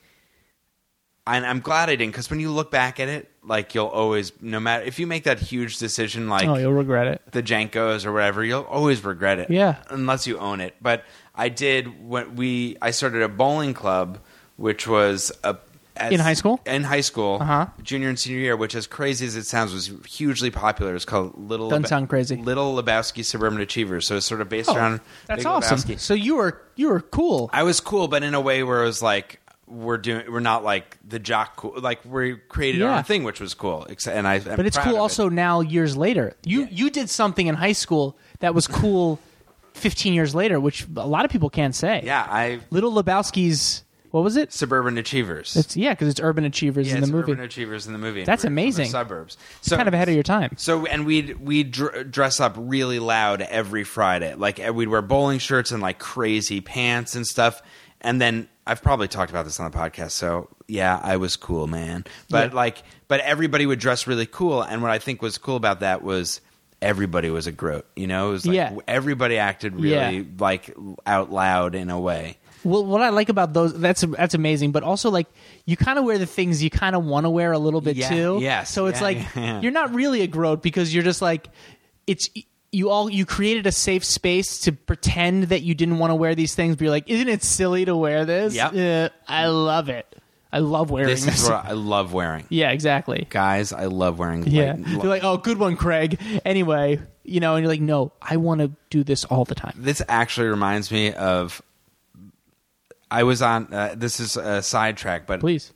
S4: and I'm glad I didn't because when you look back at it, like you'll always no matter if you make that huge decision, like
S5: oh, you'll regret it.
S4: the Jankos or whatever, you'll always regret it.
S5: Yeah.
S4: Unless you own it. But I did when we I started a bowling club, which was a as-
S5: In high school?
S4: In high school,
S5: Uh-huh.
S4: junior and senior year, which, as crazy as it sounds, was hugely popular. It's called Little
S5: Doesn't sound crazy.
S4: Little Lebowski Suburban Achievers. So it's sort of based
S5: Oh,
S4: around
S5: that's
S4: Big
S5: awesome.
S4: Lebowski.
S5: So you were you were cool.
S4: I was cool, but in a way where it was like we're doing we're not like the jock cool like we created our
S5: Yeah.
S4: own thing, which was cool. Ex- And I, I'm
S5: but it's
S4: proud
S5: cool
S4: of it.
S5: also now years later you you did something in high school that was cool 15 years later which a lot of people can't say
S4: Yeah, I
S5: little lebowski's what was it
S4: Suburban Achievers.
S5: it's yeah because it's urban achievers
S4: yeah,
S5: in the
S4: it's
S5: movie
S4: Urban Achievers in the movie.
S5: That's
S4: We're from the
S5: amazing.
S4: suburbs. So
S5: kind of ahead of your time
S4: So and we'd we would dress up really loud every Friday. Like and we'd wear bowling shirts and like crazy pants and stuff. And then I've probably talked about this on the podcast. So yeah, I was cool, man. But
S5: Yeah.
S4: like, but everybody would dress really cool. And what I think was cool about that was everybody was a groat. You know, it was like
S5: Yeah.
S4: everybody acted
S5: Yeah.
S4: really like out loud in a way.
S5: well what i like about those that's that's amazing but also like you kind of wear the things you kind of want to wear a little bit
S4: Yeah,
S5: too
S4: yes,
S5: so it's
S4: yeah,
S5: like
S4: (laughs) yeah.
S5: you're not really a groat because you're just like it's you all you created a safe space to pretend that you didn't want to wear these things but you're like isn't it silly to wear this
S4: Yep.
S5: Yeah, i love it i love wearing this,
S4: This is what I love wearing.
S5: (laughs) yeah exactly
S4: Guys, I love wearing.
S5: yeah
S4: light-
S5: they're like oh good one craig anyway you know and you're like no i want to do this all the time
S4: this actually reminds me of i was on uh, this is a sidetrack but
S5: please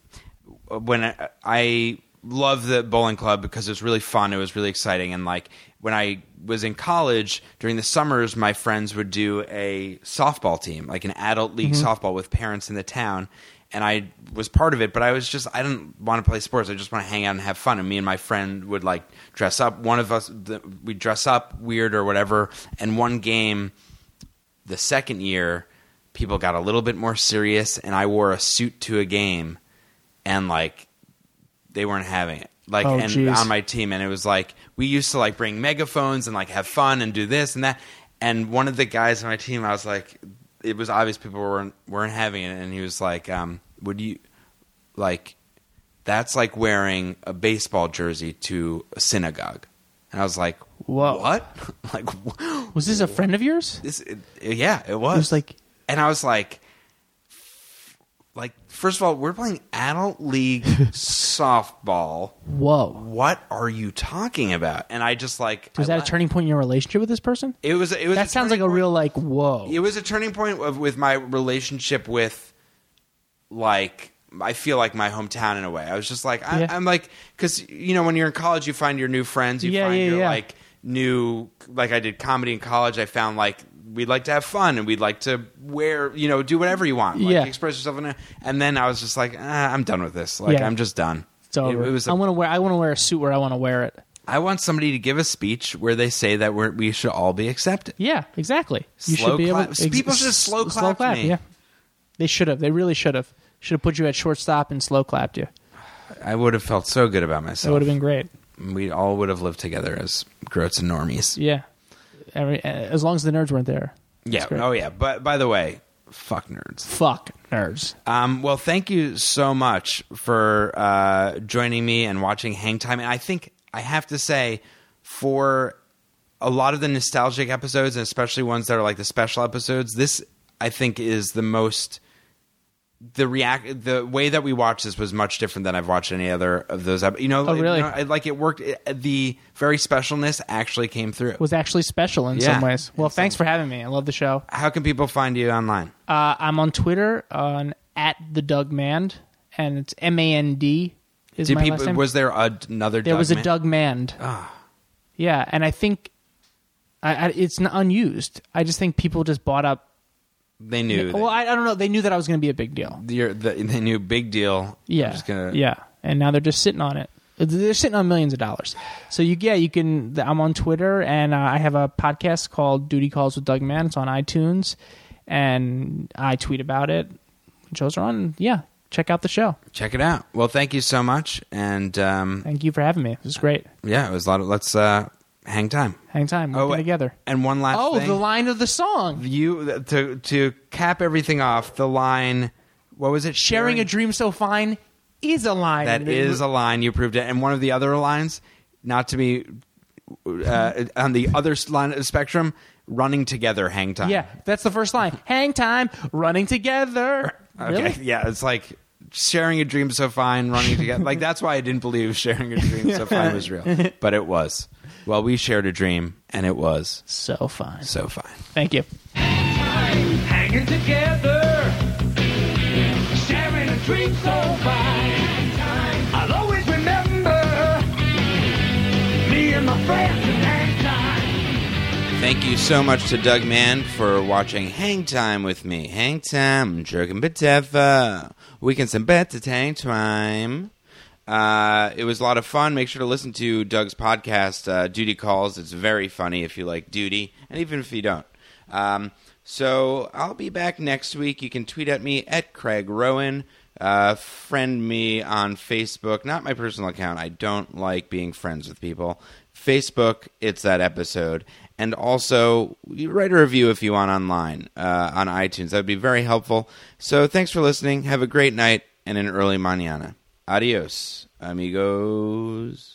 S4: when I, I love the bowling club because it was really fun, it was really exciting, and like when I was in college during the summers, my friends would do a softball team, like an adult league softball with parents in the town, and I was part of it. But I was just I didn't want to play sports; I just want to hang out and have fun. And me and my friend would like dress up. One of us we dress up weird or whatever, and one game the second year people got a little bit more serious and i wore a suit to a game and like they weren't having it like
S5: Oh,
S4: and
S5: geez.
S4: on my team and it was like we used to like bring megaphones and like have fun and do this and that and one of the guys on my team i was like it was obvious people weren't weren't having it and he was like um would you like that's like wearing a baseball jersey to a synagogue and i was like
S5: Whoa.
S4: what (laughs) like wh-
S5: was this a friend of yours
S4: this it, yeah it was
S5: It was like-
S4: and i was like like first of all, we're playing adult
S5: (laughs)
S4: league softball.
S5: Whoa.
S4: What are you talking about? And I just like
S5: Was
S4: I
S5: that a
S4: la-
S5: turning point in your relationship with this person?
S4: It was. It was.
S5: That sounds like
S4: turning
S5: a
S4: point.
S5: real like whoa.
S4: It was a turning point of, with my relationship with, like, I feel like my hometown in a way. I was just like, I,
S5: Yeah.
S4: I'm like, because you know, when you're in college, you find your new friends, you
S5: Yeah,
S4: find
S5: yeah,
S4: your
S5: yeah.
S4: like new, like I did comedy in college. I found like we'd like to have fun and we'd like to wear, you know, do whatever you want, like,
S5: Yeah.
S4: express yourself. In a, and then I was just like, ah, I'm done with this. Like,
S5: Yeah.
S4: I'm just done.
S5: It's over.
S4: It, it was. a-
S5: I want to wear. I want to wear a suit where I want to wear it.
S4: I want somebody to give a speech where they say that we're, we should all be accepted.
S5: Yeah, exactly. You
S4: Slow
S5: should be
S4: clap-
S5: able. to
S4: people should have slow clapped me.
S5: Yeah, they should have. They really should have. Should have put you at shortstop and slow clapped you.
S4: I would have felt so good about
S5: That
S4: myself.
S5: would have been great.
S4: we all would have lived together as groats and normies.
S5: Yeah, Every, eh, as long as the nerds weren't there.
S4: Yeah.
S5: That's great.
S4: Oh yeah. But by the way, fuck nerds.
S5: Fuck nerds.
S4: Um, well, thank you so much for uh, joining me and watching Hang Time. And I think I have to say, for a lot of the nostalgic episodes, and especially ones that are like the special episodes, this I think is the most the react the way that we watched this was much different than I've watched any other of those. ep- You know,
S5: Oh, really?
S4: you know, I- like it worked. It, the very specialness actually came through.
S5: Was actually special in
S4: Yeah.
S5: some ways. Well,
S4: In some-
S5: thanks for having me. I love the show.
S4: How can people find you online?
S5: Uh, I'm on Twitter on at the Doug Mand, and it's M A N D. Is
S4: Did
S5: my
S4: people
S5: last name.
S4: was there a, another?
S5: There
S4: Doug
S5: was a
S4: Man- Ah.
S5: Doug Mand. Yeah, and I think I, I, it's not unused. I just think people just bought up.
S4: They knew.
S5: Well, I, I don't know. They knew that I was going to be a big deal.
S4: they, you're, the, they knew. Big deal. I'm
S5: Yeah,
S4: just gonna-
S5: yeah, and now they're just sitting on it. They're sitting on millions of dollars. So you, yeah, you can. I'm on Twitter, and uh, I have a podcast called Duty Calls with Doug Mann. It's on iTunes, and I tweet about it. Shows are on. Yeah, check out the show.
S4: Check it out. Well, thank you so much, and um,
S5: Thank you for having me. It was great.
S4: yeah, it was a lot. Of, let's uh, hang time.
S5: Hang time. We're
S4: Oh,
S5: working
S4: wait.
S5: together.
S4: And one last.
S5: Oh,
S4: thing.
S5: the line of the song.
S4: You to to cap everything off. The line. What was it?
S5: Sharing a dream so fine is a line.
S4: That is a line. You proved it. And one of the other lines, not to be uh, on the other line of the spectrum, running together. Hang time.
S5: Yeah, that's the first line. Hang time, running together.
S4: (laughs) Okay.
S5: Really?
S4: Yeah, it's like sharing a dream so fine, running together. like that's why I didn't believe sharing a dream so fine was real, but it was. Well, we shared a dream, and it was
S5: So fine.
S4: so fine.
S5: Thank you.
S10: hanging together, sharing a dream so fine. I'll always remember me and my friends and hang time.
S4: Thank you so much to Doug Mann for watching Hang Time with me. Hang Time, Jerkin Batefa. We can send bet to Hang Time. Uh, it was a lot of fun. Make sure to listen to Doug's podcast, uh, Duty Calls. It's very funny if you like duty, and even if you don't. Um, so I'll be back next week. You can tweet at me at Craig Rowan. Uh, friend me on Facebook, not my personal account. I don't like being friends with people. Facebook, it's that episode. And also, you write a review if you want online uh, on iTunes. That would be very helpful. So thanks for listening. Have a great night and an early mañana. Adios, amigos.